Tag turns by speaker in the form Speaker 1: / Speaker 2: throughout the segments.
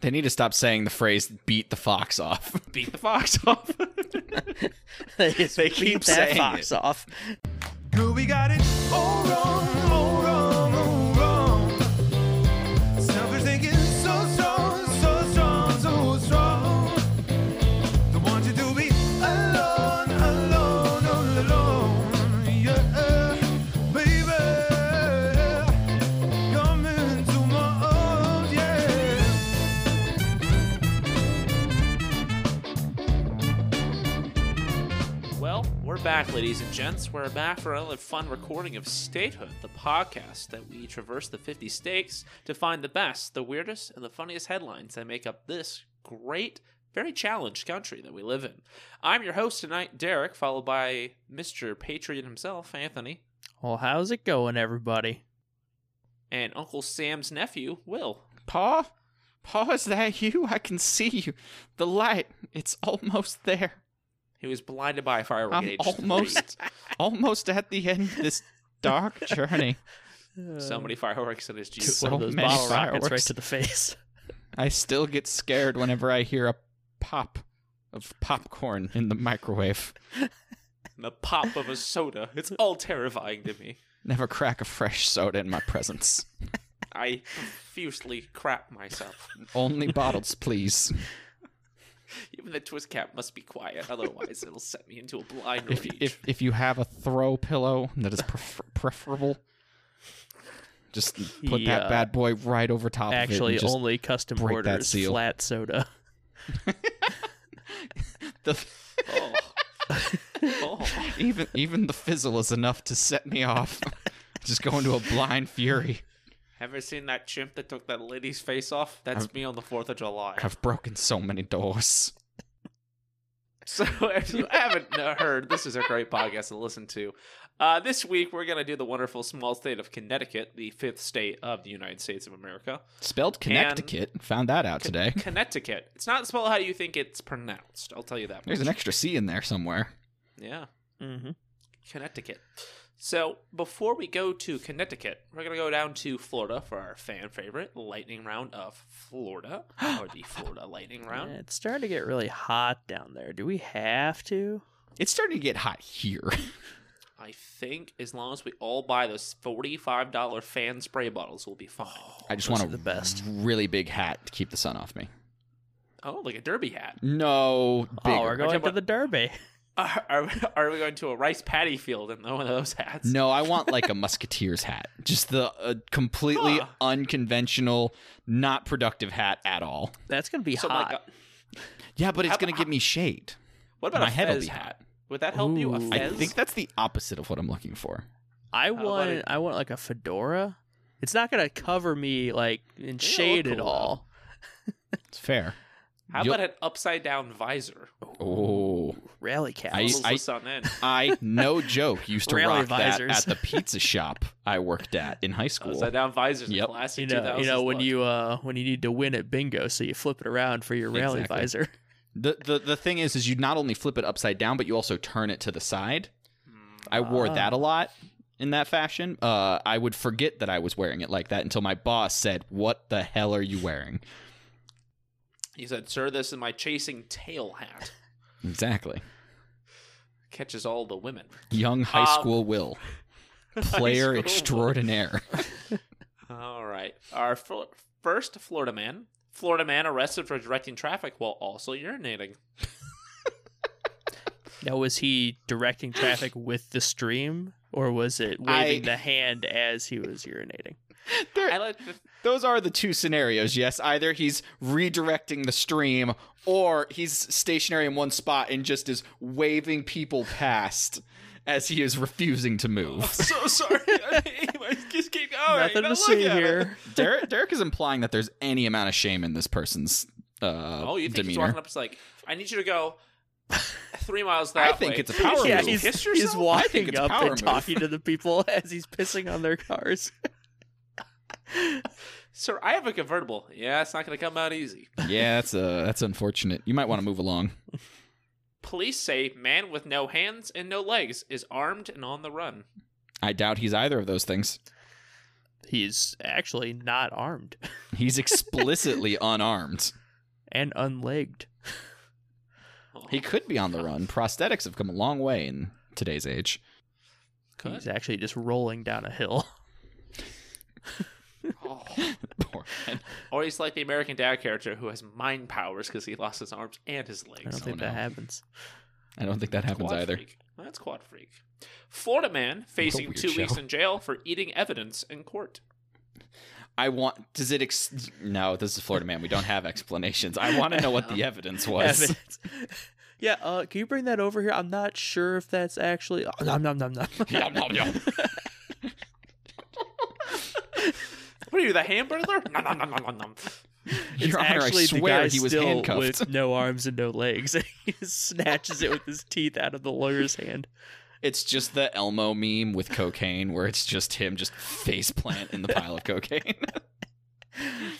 Speaker 1: They need to stop saying the phrase "beat the fox off."
Speaker 2: Beat the fox off.
Speaker 3: they just
Speaker 2: They
Speaker 3: beat
Speaker 2: keep
Speaker 3: that
Speaker 2: saying
Speaker 3: fox off.
Speaker 4: we got it all wrong, all wrong, all wrong. Selfish thinking, so strong, so strong, so strong. Don't want you to be alone, alone, all alone. Yeah, baby, come into my arms, yeah.
Speaker 2: well, we're back, ladies and gents. We're back for another fun recording of Statehood, the podcast that we traverse the 50 states to find the best, the weirdest, and the funniest headlines that make up this great, very challenged country that we live in. I'm your host tonight, Derek, followed by Mr. Patriot himself, Anthony,
Speaker 3: Well, how's it going, everybody?
Speaker 2: and Uncle Sam's nephew, Will.
Speaker 1: Pa, Pa, is that you? I can see you. The light, it's almost there.
Speaker 2: He was blinded by a firework at
Speaker 1: I'm
Speaker 2: age three.
Speaker 1: almost, almost at the end of this dark journey.
Speaker 2: So many fireworks in his Jeep.
Speaker 1: Two-
Speaker 3: One
Speaker 1: so
Speaker 3: of those
Speaker 1: many
Speaker 3: bottle rockets right
Speaker 1: fireworks.
Speaker 3: to the face.
Speaker 1: I still get scared whenever I hear a pop of popcorn in the microwave.
Speaker 2: and the pop of a soda. It's all terrifying to me.
Speaker 1: Never crack a fresh soda in my presence.
Speaker 2: I profusely crap myself.
Speaker 1: Only bottles, please.
Speaker 2: Even the twist cap must be quiet, otherwise it'll set me into a blind
Speaker 1: If,
Speaker 2: rage.
Speaker 1: if if you have a throw pillow that is prefer- preferable, just put
Speaker 3: Yeah.
Speaker 1: that bad boy right over top
Speaker 3: uh, Actually,
Speaker 1: of it. and just-
Speaker 3: only custom
Speaker 1: break that
Speaker 3: orders
Speaker 1: seal.
Speaker 3: flat soda.
Speaker 1: the,
Speaker 2: oh. oh.
Speaker 1: even even the fizzle is enough to set me off. just go into a blind fury.
Speaker 2: Ever seen that chimp that took that lady's face off? That's me on the 4th of July.
Speaker 1: I've broken so many doors.
Speaker 2: So if you haven't kn- heard, this is a great podcast to listen to. Uh, this week we're going to do the wonderful small state of Connecticut, the fifth state of the United States of America.
Speaker 1: Spelled Connecticut. Found that out today.
Speaker 2: Connecticut. It's not spelled how you think it's pronounced. I'll tell you that.
Speaker 1: There's an
Speaker 2: much.
Speaker 1: extra C in there somewhere.
Speaker 2: Yeah,
Speaker 3: Mm-hmm.
Speaker 2: Connecticut. So before we go to Connecticut, we're gonna go down to Florida for our fan favorite lightning round of Florida, or the Florida lightning round.
Speaker 3: it's starting to get really hot down there. Do we have to?
Speaker 1: It's starting to get hot here.
Speaker 2: I think as long as we all buy those forty-five dollar fan spray bottles, we'll be fine.
Speaker 1: I just
Speaker 3: Those
Speaker 1: want
Speaker 3: are
Speaker 1: a
Speaker 3: the best.
Speaker 1: really big hat to keep the sun off me.
Speaker 2: Oh, like a derby hat.
Speaker 1: No, bigger.
Speaker 3: Oh, we're
Speaker 2: Okay,
Speaker 3: going to
Speaker 2: but-
Speaker 3: the Derby.
Speaker 2: Are, are, are we going to a rice paddy field in one of those hats?
Speaker 1: No, I want like a musketeer's hat. Just the uh, completely
Speaker 2: Huh.
Speaker 1: unconventional, not productive hat at all.
Speaker 3: That's going to be
Speaker 2: So
Speaker 3: hot.
Speaker 2: like, a,
Speaker 1: Yeah, but it's
Speaker 2: How-
Speaker 1: going to give me shade.
Speaker 2: what about
Speaker 1: My
Speaker 2: a
Speaker 1: head will
Speaker 2: fez
Speaker 1: be
Speaker 2: hat?
Speaker 1: hot.
Speaker 2: Would that help you? A
Speaker 3: Ooh.
Speaker 2: fez?
Speaker 3: I
Speaker 1: I think that's the opposite of what I'm looking for.
Speaker 3: I
Speaker 2: about
Speaker 3: want
Speaker 2: it?
Speaker 3: I want like a fedora. It's not gonna cover me like in
Speaker 2: it'll
Speaker 3: shade
Speaker 2: look
Speaker 3: at
Speaker 2: cool,
Speaker 3: all.
Speaker 1: It's fair.
Speaker 2: How
Speaker 1: You'll-
Speaker 2: about an upside down visor?
Speaker 1: Oh,
Speaker 3: Rally cap.
Speaker 1: I-
Speaker 2: Almost looks on end.
Speaker 1: I no joke used to
Speaker 3: Rally
Speaker 1: rock
Speaker 3: visors.
Speaker 1: that at the pizza shop I worked at in high school.
Speaker 2: Upside down visors,
Speaker 1: Yep.
Speaker 2: classic
Speaker 3: you know, you
Speaker 2: 2000s
Speaker 3: know when
Speaker 2: look.
Speaker 3: you uh when you need to win at bingo, so you flip it around for your rally
Speaker 1: Exactly.
Speaker 3: visor.
Speaker 1: The, the the thing is, is you not only flip it upside down, but you also turn it to the side. I wore
Speaker 3: Ah.
Speaker 1: that a lot in that fashion. Uh, I would forget that I was wearing it like that until my boss said, "What the hell are you wearing?"
Speaker 2: He said, "Sir, this is my chasing tail hat.
Speaker 1: Exactly.
Speaker 2: Catches all the women."
Speaker 1: Young high
Speaker 2: Um,
Speaker 1: school Will, player
Speaker 2: school Will.
Speaker 1: extraordinaire.
Speaker 2: All right. Our fl- first Florida man. Florida man arrested for directing traffic while also urinating.
Speaker 3: Now was he directing traffic with the stream or was it waving
Speaker 1: I-
Speaker 3: the hand as he was urinating?
Speaker 2: I like the
Speaker 1: Those are the two scenarios. Yes, either he's redirecting the stream, or he's stationary in one spot and just is waving people past as he is refusing to move.
Speaker 2: so sorry. I just keep going.
Speaker 3: Nothing to
Speaker 2: Now look
Speaker 3: see
Speaker 2: at it.
Speaker 3: here.
Speaker 1: Derek, Derek is implying that there's any amount of shame in this person's uh,
Speaker 2: Oh, you think he's
Speaker 1: demeanor.
Speaker 2: walking up? It's like, I need you to go three miles that
Speaker 1: I
Speaker 2: way.
Speaker 1: think it's a power
Speaker 3: Yeah,
Speaker 1: move.
Speaker 3: he's,
Speaker 2: Kiss
Speaker 3: he's
Speaker 2: yourself?
Speaker 1: I think
Speaker 3: walking
Speaker 1: it's
Speaker 3: up
Speaker 1: power
Speaker 3: and
Speaker 1: move.
Speaker 3: talking to the people as he's pissing on their cars.
Speaker 2: Sir, I have a convertible. Yeah, it's not going to come out easy.
Speaker 1: yeah, that's uh, that's unfortunate. You might want to move along.
Speaker 2: Police say man with no hands and no legs is armed and on the run.
Speaker 1: I doubt he's either of those things.
Speaker 3: he's actually not armed
Speaker 1: He's explicitly unarmed.
Speaker 3: and unlegged.
Speaker 2: Oh,
Speaker 1: He could be on the run. Prosthetics have come a long way in today's age.
Speaker 3: He's actually just rolling down a hill.
Speaker 2: Oh.
Speaker 1: Poor man.
Speaker 2: Or he's like the American Dad character who has mind powers because he lost his arms and his
Speaker 3: I don't
Speaker 2: legs.
Speaker 3: think
Speaker 1: no.
Speaker 3: that happens.
Speaker 1: I don't think that happens
Speaker 2: Quad
Speaker 1: either.
Speaker 2: Freak. That's quad freak. Florida man facing
Speaker 1: weird
Speaker 2: two weeks
Speaker 1: show.
Speaker 2: in jail for eating evidence in court.
Speaker 1: I want. Does it? Ex- no, this is Florida Man. We don't have explanations. I want to know what the evidence was.
Speaker 3: Evidence. yeah, uh, can you bring that over here? I'm not sure if that's actually. Oh, nom nom nom nom.
Speaker 1: Yum, yum, yum.
Speaker 2: What are you, the Hamburglar? nom, nom, nom, nom, nom, nom.
Speaker 1: Your Honor, I
Speaker 3: actually,
Speaker 1: swear
Speaker 3: the guy
Speaker 1: he was
Speaker 3: still
Speaker 1: handcuffed.
Speaker 3: with no arms and no legs. he snatches it with his teeth out of the lawyer's hand.
Speaker 1: It's just the Elmo meme with cocaine, where it's just him just face plant in the pile of cocaine.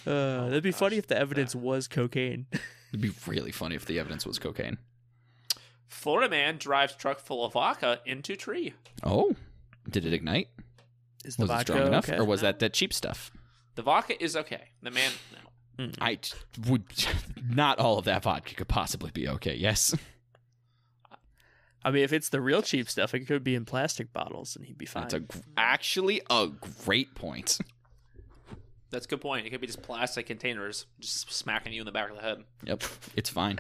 Speaker 3: Uh, that'd be funny if the evidence was cocaine.
Speaker 1: It'd be really funny if the evidence was cocaine.
Speaker 2: Florida man drives truck full of vodka into tree.
Speaker 1: Oh, did it ignite?
Speaker 3: Is the
Speaker 1: Was it
Speaker 3: vodka
Speaker 1: strong enough,
Speaker 3: okay?
Speaker 1: or was that that cheap stuff?
Speaker 2: The vodka is okay. The man, no.
Speaker 1: I t- would not all of that vodka could possibly be okay. Yes,
Speaker 3: I mean, if it's the real cheap stuff, it could be in plastic bottles, and he'd be fine.
Speaker 1: that's a gr- actually a great point.
Speaker 2: That's a good point. It could be just plastic containers just smacking you in the back of the head.
Speaker 1: Yep, it's fine.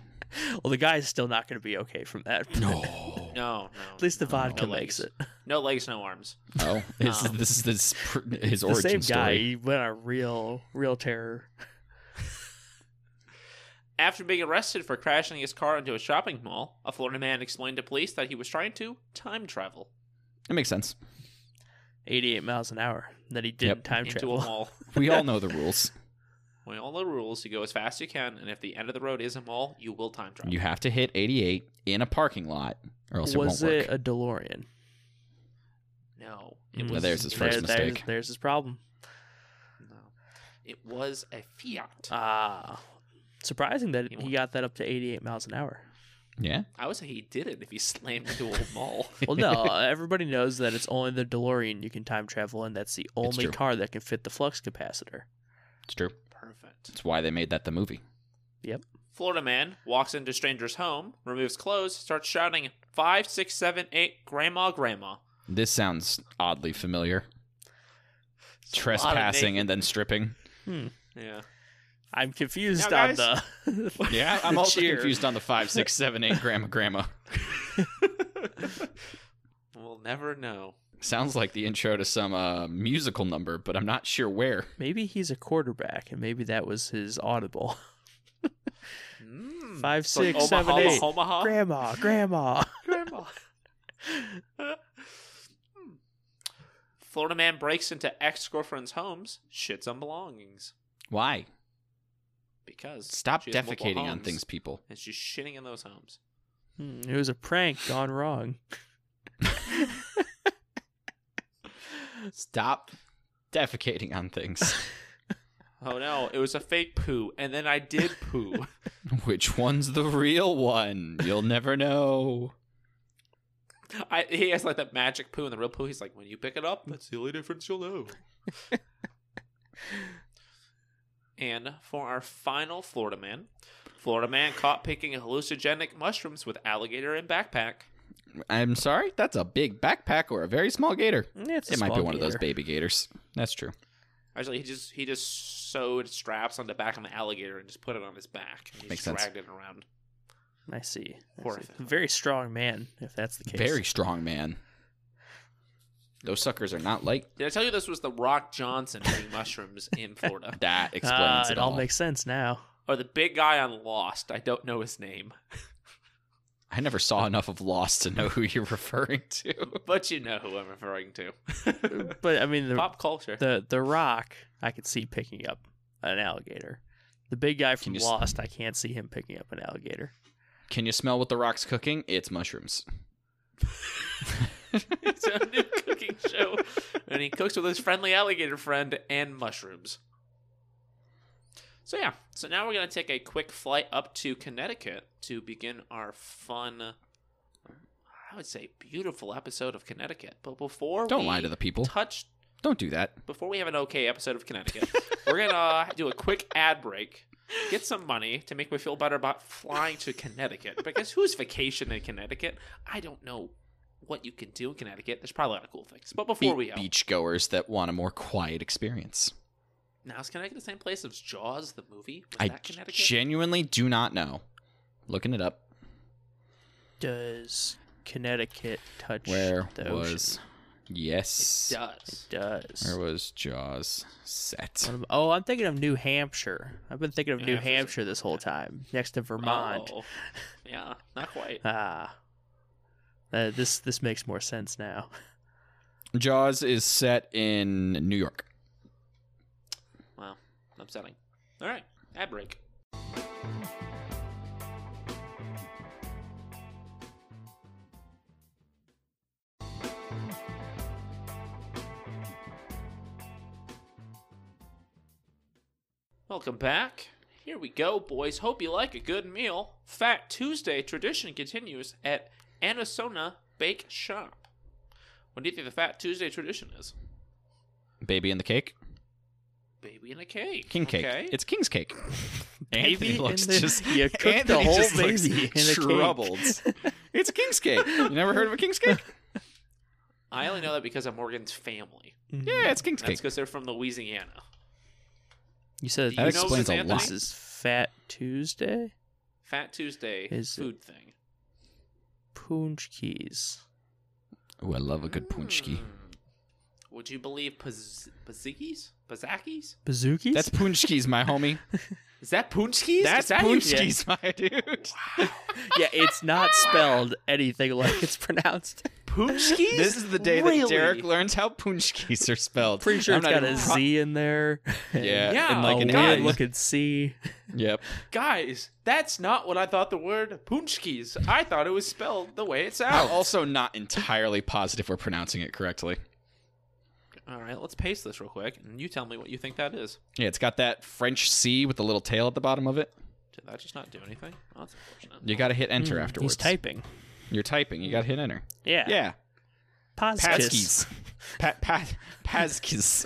Speaker 3: Well, the guy's still not going to be okay from that.
Speaker 1: No.
Speaker 2: No, no.
Speaker 3: At least the vodka
Speaker 2: no
Speaker 3: makes
Speaker 2: legs.
Speaker 3: it.
Speaker 2: No legs, no arms.
Speaker 1: Oh, this is this is this pr- his
Speaker 3: The
Speaker 1: origin
Speaker 3: same guy,
Speaker 1: story.
Speaker 3: he went on real, real terror.
Speaker 2: After being arrested for crashing his car into a shopping mall, a Florida man explained to police that he was trying to time travel
Speaker 1: It makes sense.
Speaker 3: 88 miles an hour. That he didn't
Speaker 1: Yep.
Speaker 3: time
Speaker 2: into
Speaker 3: travel.
Speaker 2: a mall.
Speaker 1: We all know the rules.
Speaker 2: When all the rules, you go as fast as you can, and if the end of the road is a mall, you will time travel.
Speaker 1: You have to hit 88 in a parking lot, or else
Speaker 3: was
Speaker 1: it won't
Speaker 3: it
Speaker 1: work.
Speaker 3: a DeLorean?
Speaker 2: No,
Speaker 3: Mm.
Speaker 2: it
Speaker 1: Well,
Speaker 2: was.
Speaker 1: there's his first
Speaker 3: There- there's-
Speaker 1: mistake.
Speaker 3: There's, his problem.
Speaker 2: No, it was a Fiat.
Speaker 1: Uh.
Speaker 3: Ah, surprising that
Speaker 2: He
Speaker 3: he,
Speaker 2: won.
Speaker 3: got that up to 88 miles an hour.
Speaker 1: Yeah,
Speaker 2: I would say he did it if he slammed into a mall.
Speaker 3: Well, no, uh, everybody knows that it's only the DeLorean you can time travel in. That's the only
Speaker 1: true.
Speaker 3: car that can fit the flux capacitor.
Speaker 1: it's true.
Speaker 2: Perfect.
Speaker 1: It's why they made that the movie.
Speaker 2: Florida man walks into stranger's home, removes clothes, starts shouting five, six, seven, eight, grandma, grandma.
Speaker 1: This sounds oddly familiar. Trespassing and then stripping.
Speaker 2: Yeah.
Speaker 3: I'm confused
Speaker 2: Now,
Speaker 3: on
Speaker 2: guys-
Speaker 3: the.
Speaker 1: Yeah, I'm
Speaker 3: the
Speaker 1: also
Speaker 3: cheer.
Speaker 1: confused on the five, six, seven, eight, grandma, grandma.
Speaker 2: We'll never know.
Speaker 1: Sounds like the intro to some uh, musical number, but I'm not sure where.
Speaker 3: Maybe he's a quarterback, and maybe that was his audible.
Speaker 2: Mm.
Speaker 3: Five,
Speaker 2: It's like
Speaker 3: six, seven,
Speaker 2: Omaha,
Speaker 3: eight.
Speaker 2: Omaha.
Speaker 3: Grandma, grandma.
Speaker 2: grandma. Hmm. Florida man breaks into ex girlfriend's homes, shits on belongings
Speaker 1: Why?
Speaker 2: because
Speaker 1: Stop
Speaker 2: she has multiple
Speaker 1: defecating on
Speaker 2: homes,
Speaker 1: things, people.
Speaker 2: and she's shitting in those homes.
Speaker 3: Hmm, It was a prank gone wrong.
Speaker 1: Stop defecating on things.
Speaker 2: Oh no, it was a fake poo, and then I did poo.
Speaker 1: Which one's the real one? You'll never know.
Speaker 2: I, he has like that magic poo and the real poo. He's like, when you pick it up, that's the only difference you'll know. and for our final Florida man, Florida man caught picking hallucinogenic mushrooms with alligator and backpack.
Speaker 1: I'm sorry, that's a big backpack or a very small gator.
Speaker 3: Yeah, It's a
Speaker 1: it might be
Speaker 3: small
Speaker 1: one of those
Speaker 3: gator.
Speaker 1: baby gators. That's true.
Speaker 2: Actually, he just he just sewed straps on the back of an alligator and just put it on his back. And he
Speaker 1: Makes
Speaker 2: just
Speaker 1: sense.
Speaker 2: dragged it around.
Speaker 3: I see. I see.
Speaker 2: Horrific.
Speaker 3: Very strong man, if that's the case. Ah,
Speaker 1: Very strong man. Those suckers are not like
Speaker 2: Did I tell you this was the Rock Johnson eating mushrooms in Florida,
Speaker 1: that.
Speaker 3: Ah,
Speaker 1: Explains
Speaker 3: it all makes sense now.
Speaker 2: or the big guy on Lost? I don't know his name,
Speaker 1: I never saw enough of Lost to know who you're referring to.
Speaker 2: but you know who I'm referring to.
Speaker 3: But I mean, the,
Speaker 2: Pop culture.
Speaker 3: the the Rock, I could see picking up an alligator. The big guy from
Speaker 1: you s-
Speaker 3: Lost, I can't see him picking up an alligator.
Speaker 1: Can you smell what the rock's cooking? It's mushrooms.
Speaker 2: it's a new cooking show, and he cooks with his friendly alligator friend and mushrooms. So yeah, so now we're gonna take a quick flight up to Connecticut to begin our fun, I would say, beautiful episode of Connecticut. But before
Speaker 1: Don't
Speaker 2: we
Speaker 1: lie to the people.
Speaker 2: touch,
Speaker 1: Don't do that.
Speaker 2: before we have an okay episode of Connecticut, we're gonna uh, do a quick ad break, get some money to make me feel better about flying to Connecticut. Because who's vacation in Connecticut? I don't know what you can do in Connecticut. There's probably a lot of cool things. But before we
Speaker 1: Be-
Speaker 2: go,
Speaker 1: beachgoers that want a more quiet experience.
Speaker 2: now is Connecticut the same place as Jaws the movie? Was
Speaker 1: I
Speaker 2: that Connecticut?
Speaker 1: genuinely do not know. Looking it up.
Speaker 3: Does Connecticut touch
Speaker 1: Where
Speaker 3: the
Speaker 1: was? Yes.
Speaker 2: It does.
Speaker 3: ocean? Does.
Speaker 1: Where was Jaws set?
Speaker 3: What am- Oh, I'm thinking of New Hampshire. I've been thinking of New
Speaker 2: Yeah, for sure.
Speaker 3: Hampshire this whole time, next to Vermont.
Speaker 2: Oh, yeah, not quite.
Speaker 3: Ah, Uh, this this makes more sense now.
Speaker 1: Jaws is set in New York.
Speaker 2: Wow, upsetting. All right, ad break. Welcome back. Here we go, boys. Hope you like a good meal. Fat Tuesday tradition continues at Anasona Bake Shop. What do you think the Fat Tuesday tradition is?
Speaker 1: Baby and the cake.
Speaker 2: Baby and a cake.
Speaker 1: King cake.
Speaker 2: Okay.
Speaker 1: It's king's cake. Anthony
Speaker 3: Baby
Speaker 1: looks
Speaker 3: in the-
Speaker 1: just
Speaker 3: you cooked the
Speaker 1: Anthony
Speaker 3: whole
Speaker 1: just looks
Speaker 3: baby in a cake.
Speaker 1: troubled. it's a king's cake. You never heard of a king's cake?
Speaker 2: I only know that because of Morgan's family.
Speaker 1: Yeah, it's king's
Speaker 2: That's
Speaker 1: cake.
Speaker 2: because they're from Louisiana.
Speaker 3: You said
Speaker 2: Do you
Speaker 1: That
Speaker 2: know
Speaker 1: explains
Speaker 2: this,
Speaker 1: a
Speaker 2: Anthony?
Speaker 1: lot.
Speaker 3: this is Fat Tuesday.
Speaker 2: Fat Tuesday
Speaker 3: Is-
Speaker 2: food thing.
Speaker 3: Punch keys.
Speaker 1: Oh, I love a good punchki.
Speaker 2: Would you believe Paz- Pazikis? Pazakis?
Speaker 3: Bazookies.
Speaker 1: That's punchki's, my homie.
Speaker 2: Is that Punchkis?
Speaker 1: That's
Speaker 2: Is that you-
Speaker 1: punchki's, my dude.
Speaker 3: yeah. It's not spelled anything like it's pronounced.
Speaker 2: Punchkis?
Speaker 1: This is the day that
Speaker 2: Really?
Speaker 1: Derek learns how punchkis are spelled.
Speaker 3: Pretty sure
Speaker 1: I'm
Speaker 3: it's
Speaker 1: not
Speaker 3: got
Speaker 1: even
Speaker 3: a
Speaker 1: pro-
Speaker 3: Z in there. Oh, and
Speaker 1: Yeah,
Speaker 2: Yeah,
Speaker 1: and like
Speaker 3: a
Speaker 1: an
Speaker 3: weird
Speaker 1: N.
Speaker 3: looking C.
Speaker 1: Yep.
Speaker 2: Guys, that's not what I thought the word Punchkis. I thought it was spelled the way it
Speaker 1: I'm
Speaker 2: sounds.
Speaker 1: also not entirely positive we're pronouncing it correctly.
Speaker 2: All right, let's paste this real quick, and you tell me what you think that is.
Speaker 1: Yeah, it's got that French C with the little tail at the bottom of it.
Speaker 2: Did that just not do anything? Oh, that's unfortunate.
Speaker 1: You got to hit enter afterwards.
Speaker 3: He's typing.
Speaker 1: You're typing. You got to hit enter.
Speaker 3: Yeah.
Speaker 1: Yeah.
Speaker 3: Paskis.
Speaker 1: Paskis. Pa- pa- Paskis.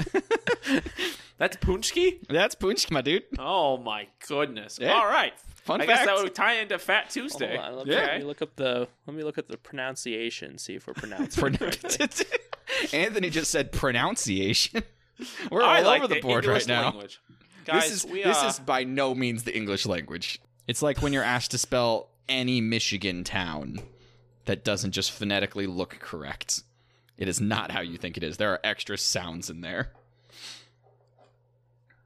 Speaker 2: That's Punchki?
Speaker 1: That's punch, my dude.
Speaker 2: Oh my goodness!
Speaker 1: Yeah.
Speaker 2: All right,
Speaker 1: Fun
Speaker 2: I guess
Speaker 1: fact.
Speaker 2: that would tie into Fat Tuesday.
Speaker 3: Hold on, let, me,
Speaker 1: Yeah.
Speaker 3: let me look up the let me look at the pronunciation. See if we're pronouncing. it correctly.
Speaker 1: Pronoun- Anthony just said pronunciation. We're
Speaker 2: I
Speaker 1: all
Speaker 2: like
Speaker 1: over the, board
Speaker 2: English
Speaker 1: right now.
Speaker 2: Language. Guys,
Speaker 1: this is
Speaker 2: we
Speaker 1: this
Speaker 2: uh,
Speaker 1: is by no means the English language. It's like when you're asked to spell any Michigan town that doesn't just phonetically look correct. It is not how you think it is. There are extra sounds in there.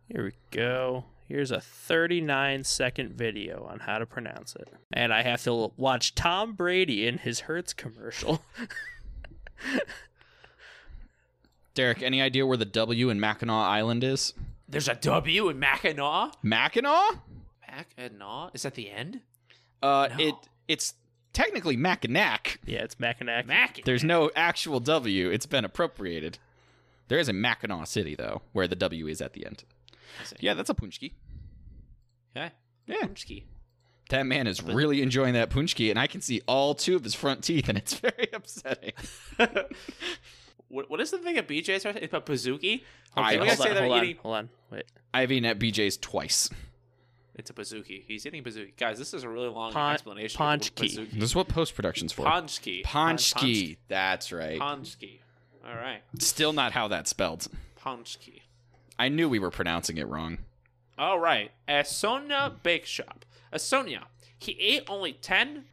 Speaker 3: Here we go. Here's a 39 second video on how to pronounce it. And I have to watch Tom Brady in his Hertz commercial.
Speaker 1: Derek, any idea where the W in Mackinac Island is?
Speaker 2: there's a W in Mackinac.
Speaker 1: Mackinac?
Speaker 2: Mackinac is that the end?
Speaker 1: Uh,
Speaker 2: No.
Speaker 1: it it's technically Mackinac.
Speaker 3: yeah, it's Mackinac.
Speaker 2: Mackinac.
Speaker 1: There's no actual W. It's been appropriated. There is a Mackinac City though, where the W is at the end.
Speaker 2: I see.
Speaker 1: Yeah, that's a punchki.
Speaker 2: Okay.
Speaker 1: Yeah.
Speaker 2: Punchki.
Speaker 1: That man is really enjoying that punchki, and I can see all two of his front teeth, and it's very upsetting.
Speaker 2: What, what is the thing at BJ's? Right? It's a Pazuki.
Speaker 1: I-
Speaker 2: Okay,
Speaker 3: hold
Speaker 2: we gotta
Speaker 1: guys
Speaker 3: on,
Speaker 2: say they're
Speaker 3: hold on,
Speaker 2: eating.
Speaker 3: hold on. Wait.
Speaker 1: I've eaten at BJ's twice.
Speaker 2: It's a Pazuki. He's eating Pazuki. Guys, this is a really long
Speaker 3: Pon-
Speaker 2: explanation. of what
Speaker 3: Ponchki.
Speaker 2: Pazuki-
Speaker 1: This is what post production's for.
Speaker 2: Ponchki.
Speaker 1: Ponchki. That's right.
Speaker 2: Ponchki. All right.
Speaker 1: Still not how that's spelled.
Speaker 2: Ponchki.
Speaker 1: I knew we were pronouncing it wrong.
Speaker 2: All right, Asonia Bake Shop. Asonia, he ate only 10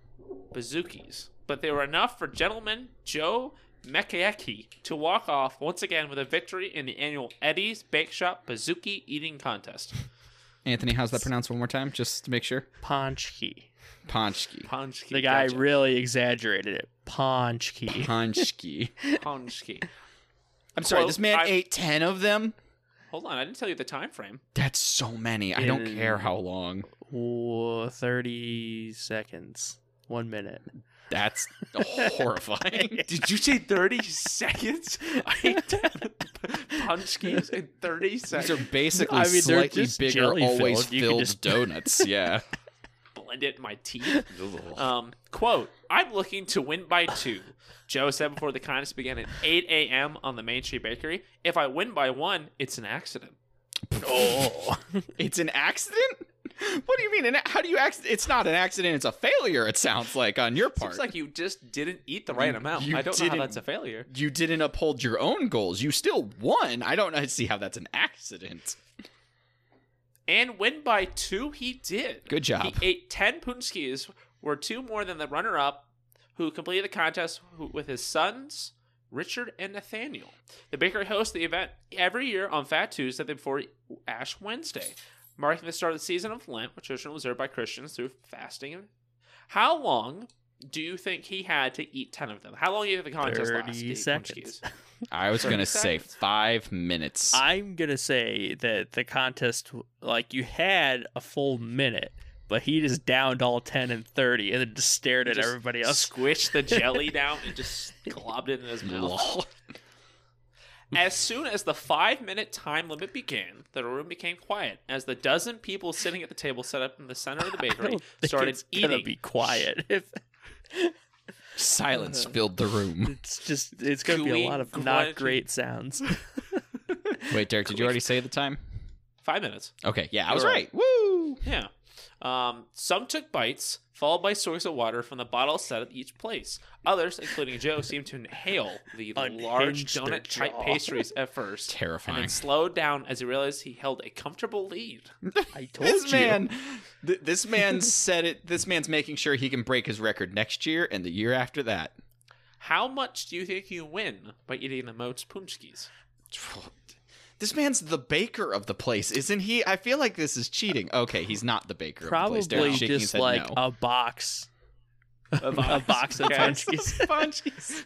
Speaker 2: bazookies, but they were enough for gentleman Joe Mekayeki to walk off once again with a victory in the annual Eddie's Bake Shop Bazookie Eating Contest.
Speaker 1: Anthony, how's that pronounced one more time, just to make sure?
Speaker 3: Ponchki.
Speaker 1: Ponchki.
Speaker 2: Ponchki.
Speaker 3: The guy
Speaker 2: gotcha.
Speaker 3: really exaggerated it. Ponchki.
Speaker 1: Ponchki.
Speaker 2: Ponchki.
Speaker 1: I'm sorry,
Speaker 2: Quote,
Speaker 1: this man
Speaker 2: I-
Speaker 1: ate 10 of them?
Speaker 2: Hold on, I didn't tell you the time frame.
Speaker 1: That's so many. I don't
Speaker 3: In-
Speaker 1: care how long.
Speaker 3: Ooh, 30 seconds. One minute.
Speaker 1: That's horrifying.
Speaker 2: Did you say 30 seconds? I ate 10 Ponchkis in 30
Speaker 1: These are
Speaker 2: seconds.
Speaker 1: basically
Speaker 3: I mean, they're
Speaker 1: slightly
Speaker 3: just
Speaker 1: bigger,
Speaker 3: jelly
Speaker 1: always
Speaker 3: filled. You could
Speaker 1: filled
Speaker 3: just-
Speaker 1: donuts. Yeah.
Speaker 2: blend it in my teeth. Um, quote, I'm looking to win by two. Joe said before the contest began at 8 a.m. on the Main Street Bakery. If I win by one, it's an accident.
Speaker 3: Oh.
Speaker 1: It's an accident? What do you mean? An, a- how do you accident? It's not an accident. It's a failure. It sounds like on your part.
Speaker 2: Seems like you just didn't eat the right amount.
Speaker 1: you
Speaker 2: I don't know how
Speaker 1: didn't-
Speaker 2: that's a failure.
Speaker 1: you didn't uphold your own goals. You still won. I don't know- see how that's an accident.
Speaker 2: And win by two, he did.
Speaker 1: Good job.
Speaker 2: He ate 10 punskis, were two more than the runner up, who completed the contest who- with his sons, Richard and Nathaniel. The bakery hosts the event every year on Fat Tuesday before Ash Wednesday, marking the start of the season of Lent, which is observed by Christians through fasting. How long do you think he had to eat 10 of them? How long do you think the contest
Speaker 3: 30
Speaker 2: lasted? to eat
Speaker 3: seconds.
Speaker 2: punchkis?
Speaker 1: I was
Speaker 2: 30
Speaker 1: gonna say
Speaker 2: seconds.
Speaker 1: five minutes.
Speaker 3: I'm going to say that the contest, like, you had a full minute, but he just downed all 10 and 30 and then just stared at
Speaker 2: Just
Speaker 3: everybody else.
Speaker 2: Squished the jelly down and just globbed it in his mouth.
Speaker 1: Lol.
Speaker 2: As soon as the five minute time limit began, the room became quiet as the dozen people sitting at the table set up in the center of
Speaker 3: I
Speaker 2: the
Speaker 3: don't
Speaker 2: bakery
Speaker 3: think
Speaker 2: started
Speaker 3: it's gonna
Speaker 2: eating.
Speaker 3: be quiet. If
Speaker 1: Silence filled the room.
Speaker 3: it's just, it's gonna be
Speaker 2: Gooey,
Speaker 3: a lot of
Speaker 2: grungy.
Speaker 3: not great sounds.
Speaker 1: Wait, Derek, did you already say the time?
Speaker 2: Five minutes.
Speaker 1: Okay, yeah, I was
Speaker 2: You're
Speaker 1: right. Woo!
Speaker 2: Yeah. Um, some took bites, followed by swigs of water from the bottle set at each place. Others, including Joe, seemed to inhale the large
Speaker 3: Unhinged their
Speaker 2: donut type
Speaker 3: jaw.
Speaker 2: pastries at first. And
Speaker 1: Terrifying.
Speaker 2: then slowed down as he realized he held a comfortable lead.
Speaker 3: I told
Speaker 1: This
Speaker 3: you.
Speaker 1: man, th- this man said it. This man's making sure he can break his record next year and the year after that.
Speaker 2: How much do you think you win by eating the most punchkis?
Speaker 1: This man's the baker of the place, isn't he? I feel like this is cheating. Okay, he's not the baker
Speaker 3: probably
Speaker 1: of the place. Derek's shaking his
Speaker 3: just
Speaker 1: head
Speaker 3: like uh,
Speaker 1: no.
Speaker 3: a box,
Speaker 2: A
Speaker 3: a box of
Speaker 2: Okay.
Speaker 3: punchies.
Speaker 1: Bunchies.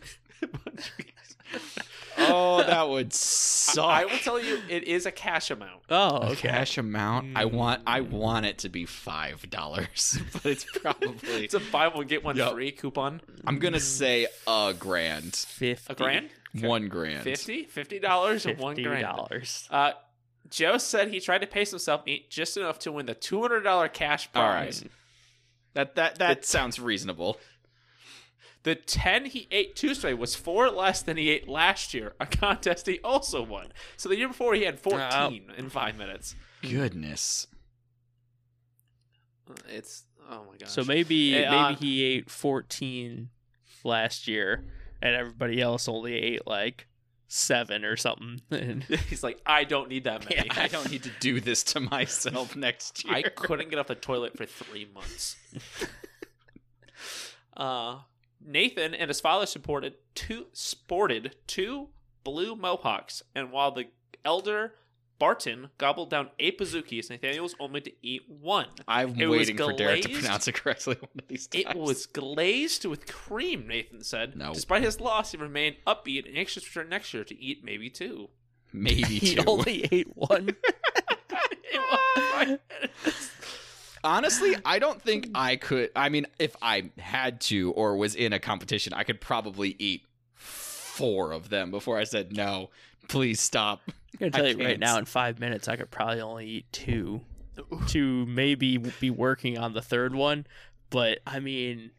Speaker 1: oh, that would suck.
Speaker 2: I will tell you, it is a cash amount.
Speaker 3: Oh,
Speaker 1: A
Speaker 3: okay.
Speaker 1: cash amount. I want. I want it to be five dollars, but it's probably.
Speaker 2: It's a buy one get one
Speaker 1: Yep.
Speaker 2: free coupon.
Speaker 1: I'm gonna say a grand,
Speaker 3: Fifty.
Speaker 2: A grand,
Speaker 1: one grand.
Speaker 2: fifty, fifty dollars, and one
Speaker 3: Fifty
Speaker 2: grand.
Speaker 3: dollars.
Speaker 2: Uh, Joe said he tried to pace himself, and eat just enough to win the two hundred dollar cash prize.
Speaker 1: All That that that sounds reasonable.
Speaker 2: The ten he ate Tuesday was four less than he ate last year, a contest he also won. So the year before he had fourteen in five minutes.
Speaker 1: Goodness.
Speaker 2: It's oh my gosh.
Speaker 3: So maybe
Speaker 2: Eh, uh,
Speaker 3: maybe he ate fourteen last year, and everybody else only ate like seven or something. And
Speaker 2: he's like, I don't need that many.
Speaker 1: I don't need to do this to myself next year.
Speaker 2: I couldn't get off the toilet for three months. uh, Nathan and his father supported two sported two blue mohawks, and while the elder Barton gobbled down eight bazookies, Nathaniel was only to eat one.
Speaker 1: I'm
Speaker 2: It was
Speaker 1: waiting for Derek to
Speaker 2: glazed.
Speaker 1: pronounce it correctly one of these times.
Speaker 2: It was glazed with cream, Nathan said.
Speaker 1: No.
Speaker 2: Despite his loss, he remained upbeat and anxious to return next year to eat maybe two.
Speaker 1: maybe
Speaker 3: he
Speaker 1: two.
Speaker 3: only ate one.
Speaker 2: It was-
Speaker 1: Honestly, I don't think I could. I mean, if I had to or was in a competition, I could probably eat four of them before I said no. Please stop.
Speaker 3: I'm gonna tell
Speaker 1: I
Speaker 3: you right
Speaker 1: can't.
Speaker 3: now, in five minutes, I could probably only eat two, to maybe w- be working on the third one. But I mean,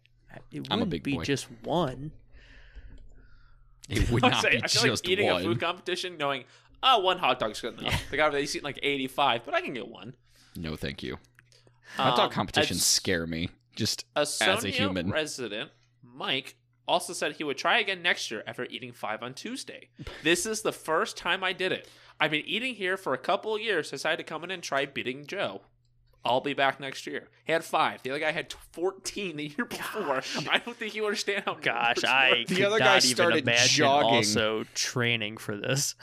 Speaker 3: it
Speaker 1: I'm a
Speaker 3: wouldn't
Speaker 1: big
Speaker 3: be
Speaker 1: boy.
Speaker 3: just one.
Speaker 1: It would
Speaker 2: I'd
Speaker 1: not
Speaker 2: say-
Speaker 1: be
Speaker 2: I feel
Speaker 1: just
Speaker 2: like eating
Speaker 1: one.
Speaker 2: a food competition, going, oh, one hot dog's good enough. The guy he's eating like 85, but I can get one.
Speaker 1: No, thank you. Hot dog
Speaker 2: Um,
Speaker 1: competitions
Speaker 2: as-
Speaker 1: scare me. Just
Speaker 2: A
Speaker 1: a
Speaker 2: Sonia
Speaker 1: human.
Speaker 2: resident, Mike, also said he would try again next year after eating five on Tuesday. This is the first time I did it. I've been eating here for a couple of years. Decided to come in and try beating Joe. I'll be back next year. He had five. The other guy had 14 the year before. I don't think you understand how.
Speaker 3: Gosh,
Speaker 2: numbers
Speaker 3: I
Speaker 2: work.
Speaker 1: The
Speaker 3: could
Speaker 1: other
Speaker 3: not
Speaker 1: guy
Speaker 3: even
Speaker 1: started
Speaker 3: imagine
Speaker 1: jogging.
Speaker 3: also training for this.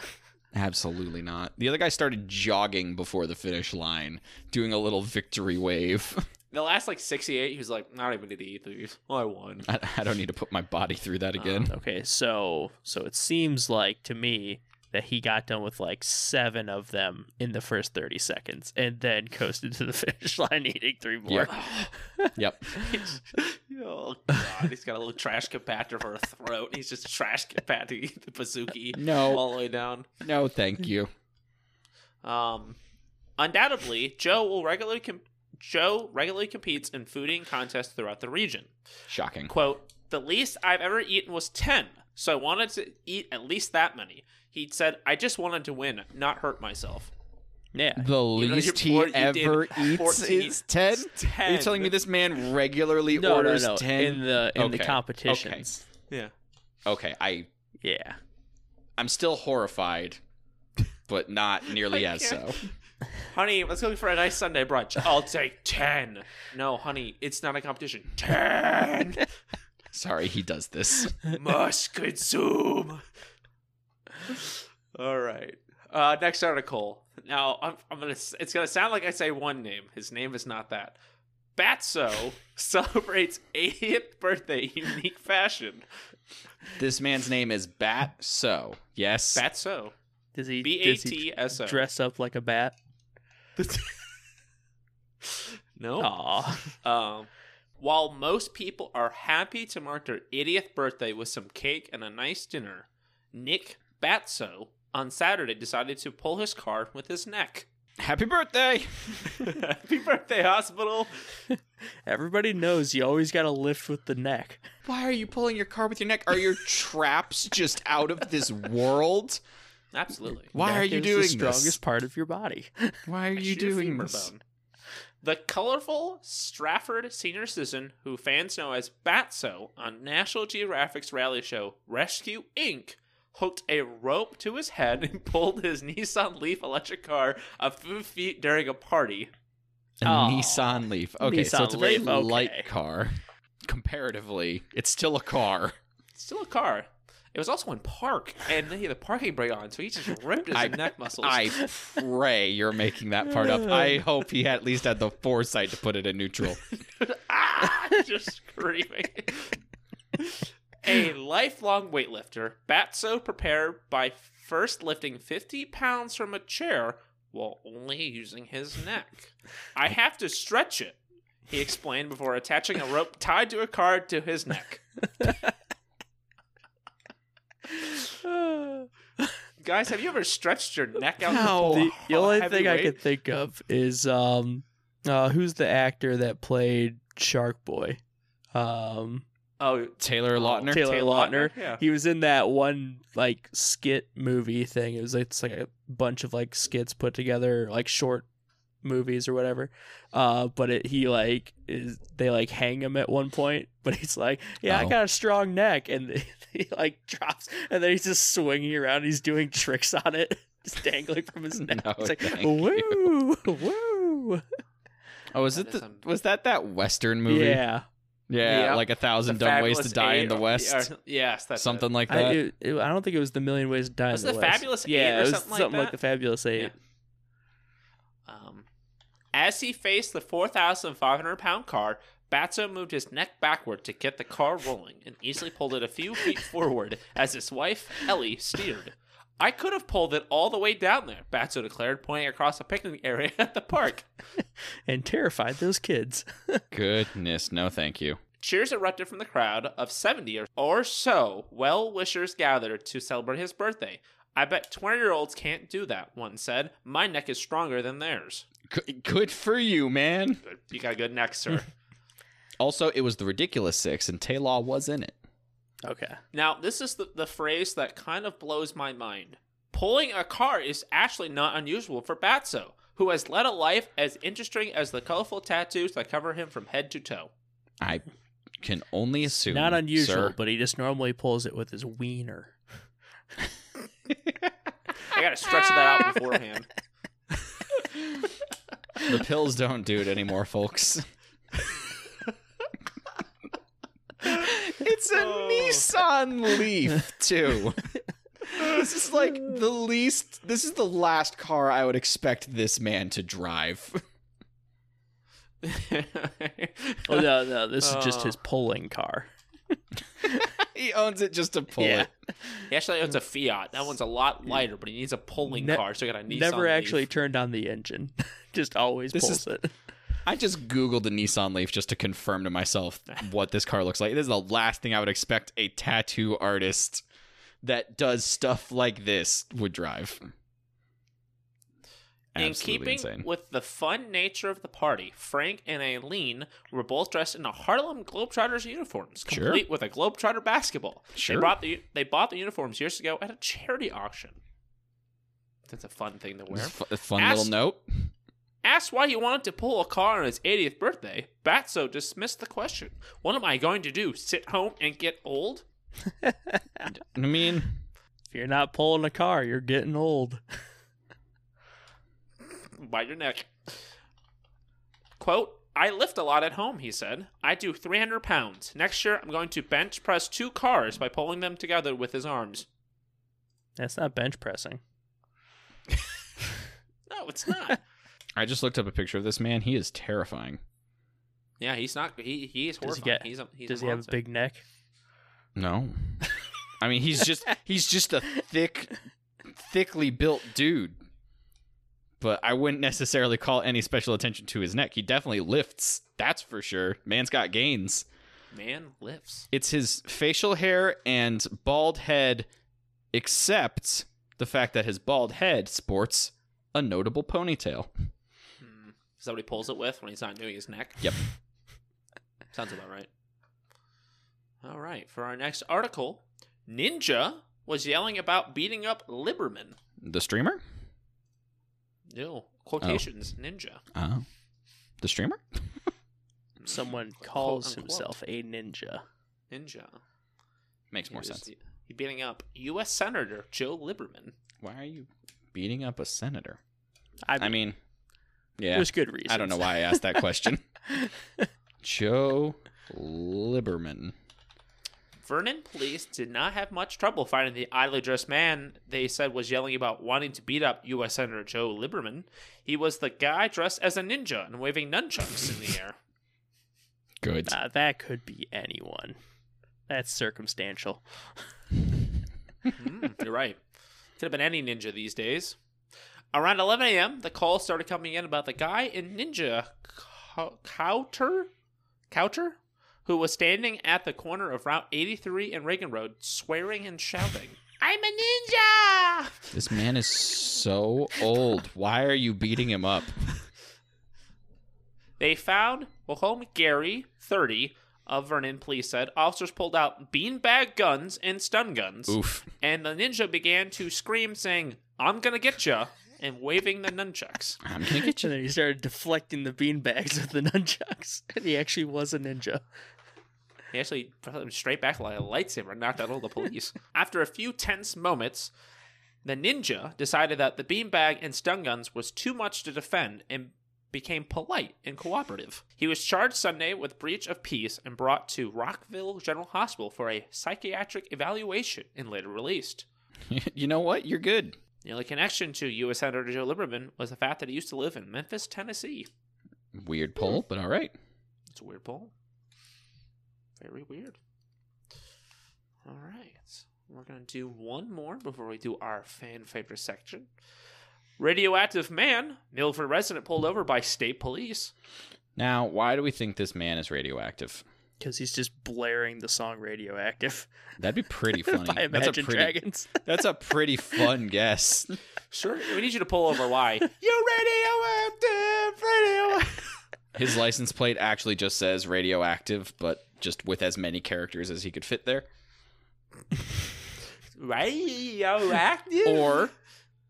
Speaker 1: absolutely not. The other guy started jogging before the finish line, doing a little victory wave.
Speaker 2: The last like 68, he was like, I don't even need to eat these. I won.
Speaker 1: I, I don't need to put my body through that again.
Speaker 3: Okay, so so it seems like to me that he got done with like seven of them in the first thirty seconds, and then coasted to the finish line eating three more.
Speaker 1: yep.
Speaker 2: oh god, he's got a little trash compactor for a throat. He's just trash compacting the bazooki
Speaker 1: No.
Speaker 2: all the way down.
Speaker 1: No, thank you.
Speaker 2: Um, undoubtedly, Joe will regularly com- Joe regularly competes in fooding contests throughout the region.
Speaker 1: Shocking.
Speaker 2: Quote, the least I've ever eaten was 10, so I wanted to eat at least that many. He said, I just wanted to win, not hurt myself.
Speaker 3: Yeah.
Speaker 1: The
Speaker 2: though
Speaker 1: least
Speaker 2: you're
Speaker 1: he
Speaker 2: poor, you did
Speaker 1: ever eats
Speaker 2: 14.
Speaker 1: is 10? Are you
Speaker 2: 10.
Speaker 1: telling me this man regularly orders 10?
Speaker 3: in the in the
Speaker 1: Okay.
Speaker 3: competitions.
Speaker 2: Yeah.
Speaker 1: Okay, I,
Speaker 3: Yeah.
Speaker 1: I'm still horrified, but not nearly
Speaker 2: I
Speaker 1: as so.
Speaker 2: can't. Honey, let's go for a nice Sunday brunch. I'll take 10. No, honey, it's not a competition. 10
Speaker 1: Sorry, he does this.
Speaker 2: must consume. All right. Uh, next article. Now, I'm, I'm gonna. It's gonna sound like I say one name. His name is not that. Batso celebrates 80th birthday in unique fashion.
Speaker 1: This man's name is Bat So. Yes.
Speaker 2: Batso.
Speaker 3: Does he
Speaker 2: B A
Speaker 3: does he
Speaker 2: T S O.
Speaker 3: dress up like a bat?
Speaker 2: No.
Speaker 3: Aw.
Speaker 2: Um, while most people are happy to mark their 80th birthday with some cake and a nice dinner, Nick Batso on Saturday decided to pull his card with his neck.
Speaker 1: Happy birthday!
Speaker 2: Happy birthday, hospital.
Speaker 3: Everybody knows you always got to lift with the neck.
Speaker 1: Why are you pulling your car with your neck? Are your traps just out of this world?
Speaker 2: Absolutely.
Speaker 1: Why
Speaker 3: Neck
Speaker 1: are you
Speaker 3: is
Speaker 1: doing
Speaker 3: the strongest
Speaker 1: this?
Speaker 3: part of your body?
Speaker 1: Why are you
Speaker 2: Shoot your
Speaker 1: doing
Speaker 2: femur
Speaker 1: this?
Speaker 2: bone. The colorful Strafford senior citizen, who fans know as Batso on National Geographic's rally show Rescue Inc., hooked a rope to his head and pulled his Nissan Leaf electric car a few feet during a party.
Speaker 1: A
Speaker 3: Aw.
Speaker 1: Nissan Leaf. Okay, so
Speaker 3: Oh. Nissan
Speaker 1: it's a very
Speaker 3: Leaf, okay.
Speaker 1: light car. Comparatively, it's still a car.
Speaker 2: It's still a car. It was also in park, and he had a parking brake on, so he just ripped his
Speaker 1: I-
Speaker 2: neck muscles.
Speaker 1: I pray you're making that part up. I hope he at least had the foresight to put it in neutral.
Speaker 2: ah, just screaming. a lifelong weightlifter, Batso prepared by first lifting 50 pounds from a chair while only using his neck. I have to stretch it, he explained before attaching a rope tied to a card to his neck. Guys, have you ever stretched your neck out? to
Speaker 1: No.
Speaker 2: pull a
Speaker 3: the, the only
Speaker 2: heavy
Speaker 3: thing I
Speaker 2: weight?
Speaker 3: could think of is um, uh, who's the actor that played Shark Boy? Um,
Speaker 2: Oh,
Speaker 1: Taylor Lautner.
Speaker 3: Taylor,
Speaker 2: Taylor
Speaker 3: Lautner.
Speaker 2: Lautner, yeah.
Speaker 3: He was in that one like skit movie thing. It was it's like a bunch of like skits put together, like short movies or whatever. Uh, but it, he like is they like hang him at one point, but he's like, "Yeah, I
Speaker 1: Oh.
Speaker 3: got a strong neck," and he like drops, and then he's just swinging around. He's doing tricks on it, just dangling from his neck.
Speaker 1: No,
Speaker 3: it's like,
Speaker 1: thank
Speaker 3: "Woo, woo."
Speaker 1: Oh, was
Speaker 2: That
Speaker 1: it
Speaker 2: is
Speaker 1: the,
Speaker 2: a-
Speaker 1: was that that Western movie?
Speaker 3: Yeah,
Speaker 1: Yeah,
Speaker 2: Yeah.
Speaker 1: like a thousand
Speaker 2: The
Speaker 1: dumb ways to
Speaker 2: Fabulous
Speaker 1: die in
Speaker 2: Eight
Speaker 1: the
Speaker 2: or-
Speaker 1: West,
Speaker 2: or- yes, that's it.
Speaker 1: something like
Speaker 3: I,
Speaker 1: that.
Speaker 3: it, it- I don't think it was the Million Ways to Die. in
Speaker 2: Was
Speaker 3: the
Speaker 2: the
Speaker 3: West.
Speaker 2: Fabulous Eight
Speaker 3: Yeah, it
Speaker 2: or
Speaker 3: was
Speaker 2: something like that?
Speaker 3: the Fabulous Eight.
Speaker 2: Yeah. Um, as he faced the 4,500 pound car, Batso moved his neck backward to get the car rolling and easily pulled it a few feet forward as his wife, Ellie, steered. I could have pulled it all the way down there, Batso declared, pointing across a picnic area at the park.
Speaker 3: and terrified those kids.
Speaker 1: Goodness, no, thank you.
Speaker 2: Cheers erupted from the crowd of 70 or- or so well wishers gathered to celebrate his birthday. I bet 20 year olds can't do that, one said. My neck is stronger than theirs.
Speaker 1: Good, good for you, man.
Speaker 2: You got a good neck, sir.
Speaker 1: Also, it was the ridiculous six, and Taylor was in it.
Speaker 3: Okay.
Speaker 2: Now, this is the, the phrase that kind of blows my mind. Pulling a car is actually not unusual for Batso, who has led a life as interesting as the colorful tattoos that cover him from head to toe.
Speaker 1: I can only assume
Speaker 3: Not unusual,
Speaker 1: sir.
Speaker 3: but he just normally pulls it with his wiener.
Speaker 2: I gotta stretch that out beforehand.
Speaker 1: the pills don't do it anymore, folks. it's a Nissan Leaf too. this is like the least. This is the last car I would expect this man to drive.
Speaker 3: Oh no, no, this is just
Speaker 2: Oh.
Speaker 3: his pulling car.
Speaker 1: he owns it just to pull
Speaker 3: Yeah.
Speaker 1: it.
Speaker 2: he actually owns a Fiat. That one's a lot lighter, but he needs a pulling
Speaker 3: Ne-
Speaker 2: car, so he got a Nissan.
Speaker 3: Never
Speaker 2: Leaf.
Speaker 3: actually turned on the engine. just always
Speaker 1: This
Speaker 3: pulls
Speaker 1: is-
Speaker 3: it.
Speaker 1: I just googled the Nissan Leaf just to confirm to myself what this car looks like. This is the last thing I would expect a tattoo artist that does stuff like this would drive.
Speaker 2: in
Speaker 1: Absolutely
Speaker 2: keeping
Speaker 1: insane.
Speaker 2: with the fun nature of the party, Frank and Aileen were both dressed in a Harlem Globetrotters uniforms,
Speaker 1: Sure.
Speaker 2: complete with a Globetrotter basketball.
Speaker 1: Sure.
Speaker 2: They brought the they bought the uniforms years ago at a charity auction. That's a fun thing to wear.
Speaker 1: It's fu- a fun
Speaker 2: Ask-
Speaker 1: little note.
Speaker 2: Asked why he wanted to pull a car on his 80th birthday, Batso dismissed the question. What am I going to do? Sit home and get old?
Speaker 1: I mean,
Speaker 3: If you're not pulling a car, you're getting old.
Speaker 2: Bite your neck. Quote, I lift a lot at home, he said. I do 300 pounds. Next year, I'm going to bench press two cars by pulling them together with his arms.
Speaker 3: That's not bench pressing.
Speaker 2: No, it's not.
Speaker 1: I just looked up a picture of this man. He is terrifying.
Speaker 2: yeah, he's not. He, he is
Speaker 3: Does he
Speaker 2: horrifying.
Speaker 3: get-
Speaker 2: he's a, he's
Speaker 3: Does he have a
Speaker 2: monster.
Speaker 3: big neck?
Speaker 1: No. I mean, he's just he's just a thick thickly built dude. But I wouldn't necessarily call any special attention to his neck. He definitely lifts, that's for sure. Man's got gains.
Speaker 2: Man lifts.
Speaker 1: It's his facial hair and bald head except the fact that his bald head sports a notable ponytail.
Speaker 2: Is that what he pulls it with when he's not doing his neck?
Speaker 1: Yep.
Speaker 2: Sounds about right. All right. For our next article, Ninja was yelling about beating up Liberman.
Speaker 1: The streamer?
Speaker 2: No. Quotations,
Speaker 3: Oh.
Speaker 2: Ninja.
Speaker 1: Uh, the streamer?
Speaker 3: Someone calls
Speaker 2: unquote.
Speaker 3: himself a ninja.
Speaker 2: Ninja.
Speaker 1: Makes more
Speaker 2: He was-
Speaker 1: sense.
Speaker 2: He beating up U.S. Senator Joe Liberman.
Speaker 1: Why are you beating up a senator?
Speaker 3: I mean,
Speaker 1: I mean, yeah.
Speaker 3: there's good reasons.
Speaker 1: I don't know why I asked that question. Joe Liberman.
Speaker 2: Vernon police did not have much trouble finding the idly dressed man they said was yelling about wanting to beat up U.S. Senator Joe Liberman. He was the guy dressed as a ninja and waving nunchucks in the air.
Speaker 1: Good.
Speaker 3: Nah, Uh, that could be anyone. That's circumstantial.
Speaker 2: Mm, you're right. Could have been any ninja these days. Around 11 a.m., the calls started coming in about the guy in Ninja Cou- Couter, Couter, who was standing at the corner of Route 83 and Reagan Road, swearing and shouting, "I'm a ninja!"
Speaker 1: This man is so old. Why are you beating him up?
Speaker 2: They found Wilhelm Gary, 30, of Vernon. Police said officers pulled out beanbag guns and stun guns,
Speaker 1: Oof.
Speaker 2: and the ninja began to scream, saying, "I'm gonna get ya!" and waving the nunchucks.
Speaker 1: I'm gonna
Speaker 3: And
Speaker 1: get you.
Speaker 3: then he started deflecting the beanbags with the nunchucks, and he actually was a ninja.
Speaker 2: He actually brought him straight back like a lightsaber, knocked out all the police. After a few tense moments, the ninja decided that the beanbag and stun guns was too much to defend and became polite and cooperative. He was charged Sunday with breach of peace and brought to Rockville General Hospital for a psychiatric evaluation and later released.
Speaker 1: You know what? You're good.
Speaker 2: The only connection to U.S. Senator Joe Lieberman was the fact that he used to live in Memphis, Tennessee.
Speaker 1: Weird poll, but all right.
Speaker 2: It's a weird poll. Very weird. All right. We're going to do one more before we do our fan favorite section. Radioactive man, Milford resident pulled over by state police.
Speaker 1: Now, why do we think this man is radioactive?
Speaker 3: Because he's just blaring the song Radioactive
Speaker 1: That'd be pretty funny.
Speaker 3: by
Speaker 1: that's a
Speaker 3: Imagine
Speaker 1: pretty.
Speaker 3: Dragons.
Speaker 1: That's a pretty fun guess.
Speaker 2: Sure. We need you to pull over. Why?
Speaker 1: You're radioactive, radio. His license plate actually just says radioactive, but just with as many characters as he could fit there.
Speaker 2: Radioactive?
Speaker 1: or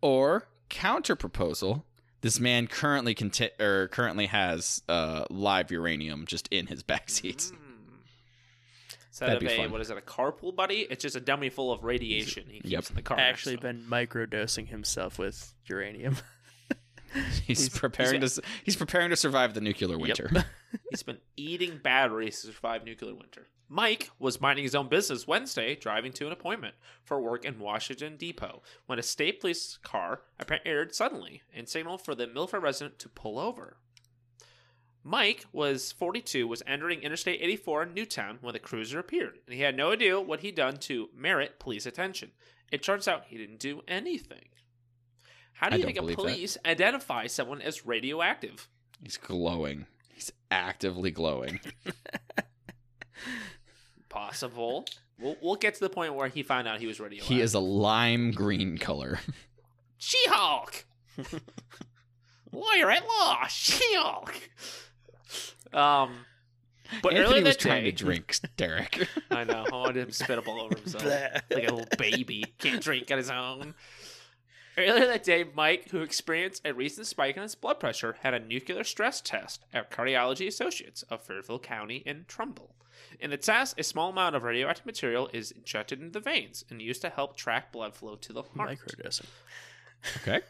Speaker 1: or counter proposal this man currently conti- or currently has uh, live uranium just in his backseat
Speaker 2: Instead
Speaker 1: Mm. That'd
Speaker 2: of
Speaker 1: be
Speaker 2: a,
Speaker 1: fun.
Speaker 2: what is it, a carpool buddy? It's just a dummy full of radiation he keeps
Speaker 1: Yep.
Speaker 2: in the car. next
Speaker 3: actually
Speaker 2: to him.
Speaker 3: been microdosing himself with uranium.
Speaker 1: he's preparing to s- he's preparing to survive the nuclear winter
Speaker 2: He's been eating batteries to survive nuclear winter. Mike was minding his own business Wednesday, driving to an appointment for work in Washington Depot, when a state police car appeared suddenly and signaled for the Milford resident to pull over. Mike was 42, was entering Interstate 84 in Newtown when the cruiser appeared, and he had no idea what he'd done to merit police attention. It turns out he didn't do anything. How do
Speaker 1: I
Speaker 2: you
Speaker 1: don't
Speaker 2: think a
Speaker 1: believe that.
Speaker 2: police identify someone as radioactive?
Speaker 1: he's glowing he's actively glowing
Speaker 2: Possible. We'll, we'll get to the point where he found out he was radioactive.
Speaker 1: he is a lime green color
Speaker 2: She Hulk. lawyer at law, She-Hulk. Um, but
Speaker 1: Anthony
Speaker 2: earlier
Speaker 1: was
Speaker 2: that
Speaker 1: trying
Speaker 2: day-
Speaker 1: to drink, Derek.
Speaker 2: I know. I wanted him to spit up all over himself. like a little baby. Can't drink on his own. Earlier that day, Mike, who experienced a recent spike in his blood pressure, had a nuclear stress test at Cardiology Associates of Fairfield County in Trumbull. In the test, a small amount of radioactive material is injected into the veins and used to help track blood flow to the heart.
Speaker 3: Microdosing.
Speaker 1: okay.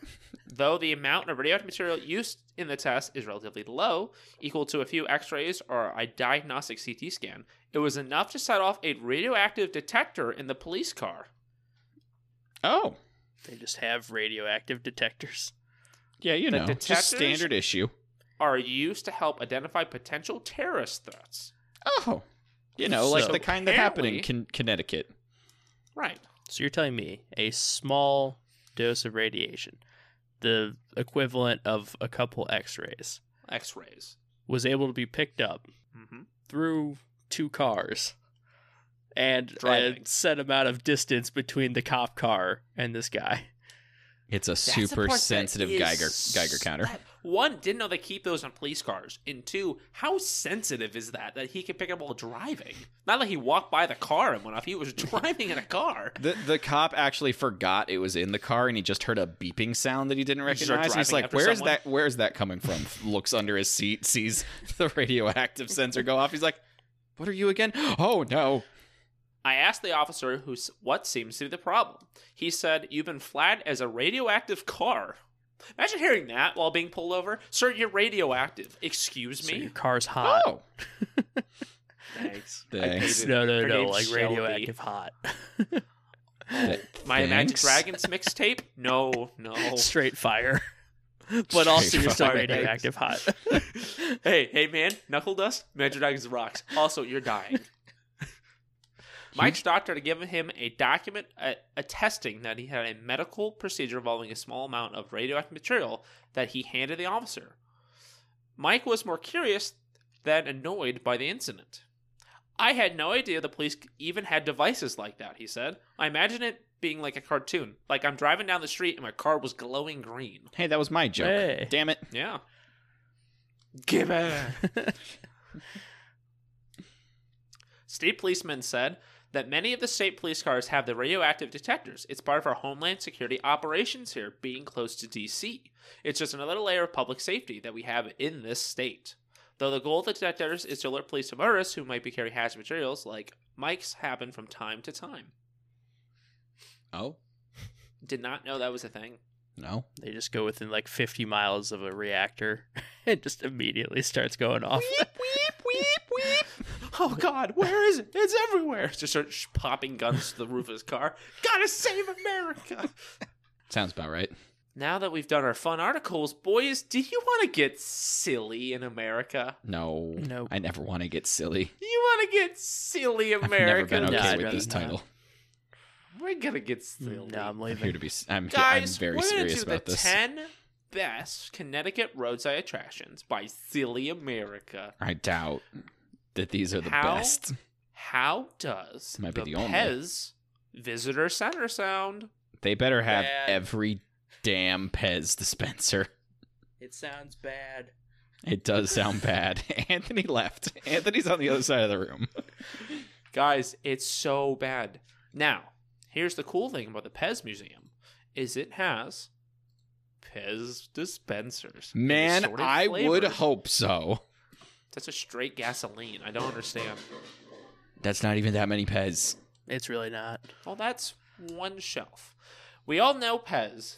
Speaker 2: Though the amount of radioactive material used in the test is relatively low, equal to a few x rays or a diagnostic CT scan, it was enough to set off a radioactive detector in the police car.
Speaker 1: Oh,
Speaker 3: They just have radioactive detectors.
Speaker 1: yeah, you
Speaker 2: The
Speaker 1: know,
Speaker 2: detectors-
Speaker 1: just standard issue.
Speaker 2: Are used to help identify potential terrorist threats.
Speaker 1: Oh, you know, like
Speaker 3: So
Speaker 1: the kind that happened in
Speaker 2: apparently-
Speaker 1: Con- Connecticut.
Speaker 2: Right.
Speaker 3: So you're telling me a small dose of radiation, the equivalent of a couple X-rays,
Speaker 2: X rays.
Speaker 3: was able to be picked up
Speaker 2: hmm
Speaker 3: through two cars and
Speaker 2: Driving.
Speaker 3: a set amount of distance between the cop car and this guy.
Speaker 1: It's a super sensitive Geiger Geiger counter.
Speaker 2: One, didn't know they keep those in police cars. And two, how sensitive is that that he can pick up while driving? Not like he walked by the car and went off. He was driving in a car.
Speaker 1: The the cop actually forgot it was in the car, and he just heard a beeping sound that he didn't
Speaker 2: He started
Speaker 1: recognize. and he's
Speaker 2: driving
Speaker 1: like,
Speaker 2: after
Speaker 1: "Where is
Speaker 2: someone."
Speaker 1: that? Where is that coming from?" Looks under his seat, sees the radioactive sensor go off. He's like, "What are you again?" Oh no!
Speaker 2: I asked the officer who s- what seems to be the problem. He said, "You've been flagged as a radioactive car." Imagine hearing that while being pulled over, sir. You're radioactive. Excuse
Speaker 3: So your
Speaker 2: me.
Speaker 3: car's hot.
Speaker 1: Oh,
Speaker 2: Thanks.
Speaker 1: thanks.
Speaker 3: No, no,
Speaker 2: Her
Speaker 3: no,
Speaker 2: name's
Speaker 3: like
Speaker 2: Shelby.
Speaker 3: radioactive hot.
Speaker 2: My Magic
Speaker 1: Thanks.
Speaker 2: Dragons mixtape? No, no.
Speaker 3: Straight fire. But also
Speaker 1: Straight
Speaker 3: you're still
Speaker 1: fire.
Speaker 3: radioactive hot.
Speaker 2: hey, hey, man, knuckle dust, Magic Dragons rocks. Also, you're dying. Mike's doctor had given him a document uh, attesting that he had a medical procedure involving a small amount of radioactive material that he handed the officer. Mike was more curious than annoyed by the incident. I had no idea the police even had devices like that, he said. I imagine it being like a cartoon. Like I'm driving down the street and my car was glowing green.
Speaker 1: Hey, that was my joke.
Speaker 3: Hey.
Speaker 1: Damn it!
Speaker 2: Yeah. Give it. state policemen said that many of the state police cars have the radioactive detectors. It's part of our homeland security operations here, being close to DC. It's just another layer of public safety that we have in this state. Though the goal of the detectors is to alert police to motorists who might be carrying hazardous materials, like Mike's happen from time to time.
Speaker 1: Oh
Speaker 2: Did not know that was a thing.
Speaker 1: no!
Speaker 3: They just go within like 50 miles of a reactor and just immediately starts going off.
Speaker 2: Oh God, where is it? It's everywhere. Just start sh- popping guns to the roof of his car. Gotta save America.
Speaker 1: Sounds about right.
Speaker 2: Now that we've done our fun articles, boys, do you want to get silly in America?
Speaker 1: No,
Speaker 3: Nope.
Speaker 1: I never want to get silly.
Speaker 2: You want to get silly,
Speaker 1: I've never
Speaker 2: America?
Speaker 1: been
Speaker 3: No,
Speaker 1: okay
Speaker 3: I'd
Speaker 1: with this
Speaker 3: rather not.
Speaker 1: title.
Speaker 2: We're gonna get silly.
Speaker 3: no, I'm
Speaker 1: I'm here to
Speaker 3: leaving.
Speaker 1: be. s- I'm, here, I'm
Speaker 2: Guys,
Speaker 1: very
Speaker 2: we're gonna
Speaker 1: serious
Speaker 2: do
Speaker 1: about
Speaker 2: the
Speaker 1: this.
Speaker 2: ten best Connecticut roadside attractions by Silly America.
Speaker 1: I doubt that these are the
Speaker 2: How?
Speaker 1: best.
Speaker 2: How does
Speaker 1: Might be
Speaker 2: the,
Speaker 1: the only.
Speaker 2: Pez Visitor Center sound?
Speaker 1: They better have
Speaker 3: Bad.
Speaker 1: every damn Pez dispenser.
Speaker 3: It sounds bad.
Speaker 1: It does sound bad. Anthony left. Anthony's on the other side of the room.
Speaker 2: Guys, it's so bad. Now, here's the cool thing about the Pez Museum is it has Pez dispensers. and
Speaker 1: Man,
Speaker 2: assorted
Speaker 1: I would
Speaker 2: flavors.
Speaker 1: hope so.
Speaker 2: That's a straight gasoline. I don't understand.
Speaker 1: That's not even that many Pez.
Speaker 3: It's really not.
Speaker 2: Well, that's one shelf. We all know Pez.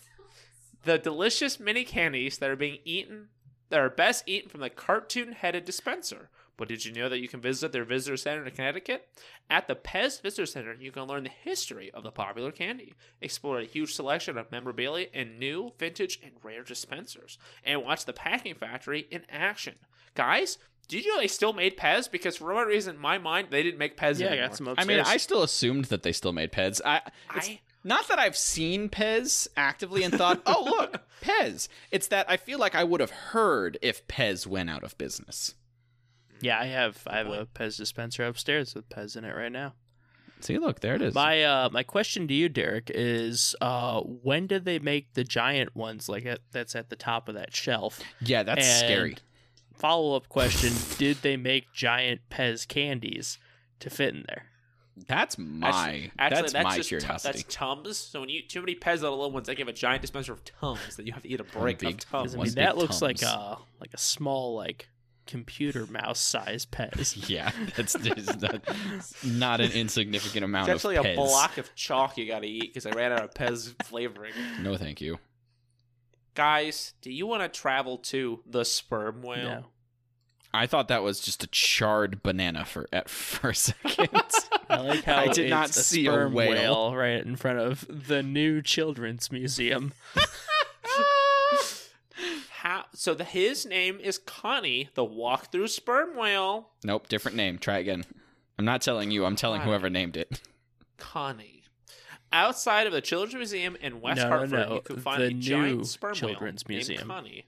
Speaker 2: The delicious mini candies that are being eaten, that are best eaten from the cartoon headed dispenser. But did you know that you can visit their visitor center in Connecticut? At the Pez Visitor Center, you can learn the history of the popular candy, explore a huge selection of memorabilia and new, vintage, and rare dispensers, and watch the packing factory in action. Guys, did you know they still made Pez? Because for whatever reason, in my mind, they didn't make Pez
Speaker 3: Yeah, I
Speaker 2: anymore.
Speaker 3: got some
Speaker 1: I
Speaker 3: upstairs.
Speaker 1: mean, I still assumed that they still made Pez. I, it's
Speaker 2: I-
Speaker 1: not that I've seen Pez actively and thought, "Oh, look, Pez." It's that I feel like I would have heard if Pez went out of business.
Speaker 3: yeah, I have. I have a Pez dispenser upstairs with Pez in it right now.
Speaker 1: See, look, there it is.
Speaker 3: My uh, my question to you, Derek, is uh, when did they make the giant ones like at, that's at the top of that shelf?
Speaker 1: yeah, that's scary.
Speaker 3: Follow up question: Did they make giant Pez candies to fit in there?
Speaker 1: That's my
Speaker 2: Actually, actually,
Speaker 1: that's,
Speaker 2: that's
Speaker 1: my
Speaker 2: just tu-
Speaker 1: curiosity.
Speaker 2: that's tums. So when you eat too many Pez out of little ones, they give a giant dispenser of tums that you have to eat a break
Speaker 1: big
Speaker 2: of tums.
Speaker 3: Because I
Speaker 1: One's
Speaker 3: mean, that
Speaker 1: big
Speaker 3: looks like
Speaker 1: tums.
Speaker 3: a like a small like computer mouse size Pez.
Speaker 1: yeah, that's there's not, not an insignificant amount
Speaker 2: It's actually
Speaker 1: of
Speaker 2: a
Speaker 1: Pez.
Speaker 2: block of chalk you got to eat because I ran out of Pez flavoring.
Speaker 1: No, thank you.
Speaker 2: Guys, do you want to travel to the sperm whale?
Speaker 3: No.
Speaker 1: I thought that was just a charred banana for at for a second.
Speaker 3: I like how
Speaker 1: I did not
Speaker 3: it's a
Speaker 1: see a
Speaker 3: sperm
Speaker 1: whale.
Speaker 3: right in front of the new children's museum.
Speaker 2: How? So the, his name is Connie, the walk-through sperm whale.
Speaker 1: nope, different name. Try again. I'm not telling you. I'm telling
Speaker 2: Why?
Speaker 1: whoever named it.
Speaker 2: Connie. Outside of the Children's Museum in West
Speaker 3: No, no,
Speaker 2: Hartford,
Speaker 3: no.
Speaker 2: you can find
Speaker 3: The
Speaker 2: a
Speaker 3: new
Speaker 2: giant sperm
Speaker 3: Children's
Speaker 2: whale
Speaker 3: Museum.
Speaker 2: named Connie.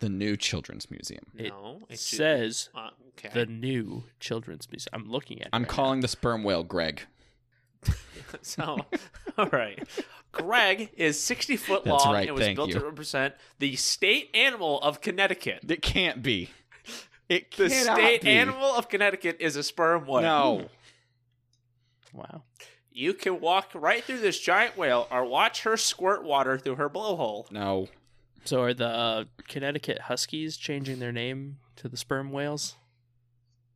Speaker 1: The new children's museum.
Speaker 3: It
Speaker 2: no,
Speaker 3: It
Speaker 2: ju-
Speaker 3: says
Speaker 2: uh, okay.
Speaker 3: the new children's museum. I'm looking at. it
Speaker 1: I'm
Speaker 3: right
Speaker 1: calling the sperm whale Greg.
Speaker 2: So, all right. Greg is 60 foot
Speaker 1: That's
Speaker 2: long
Speaker 1: right,
Speaker 2: and was
Speaker 1: thank
Speaker 2: built
Speaker 1: you.
Speaker 2: to represent the state animal of Connecticut.
Speaker 1: It can't be. It
Speaker 2: The
Speaker 1: cannot
Speaker 2: state
Speaker 1: be.
Speaker 2: animal of Connecticut is a sperm whale.
Speaker 1: No.
Speaker 3: now. Wow.
Speaker 2: You can walk right through this giant whale or watch her squirt water through her blowhole.
Speaker 1: No.
Speaker 3: So are the uh, Connecticut Huskies changing their name to the sperm whales?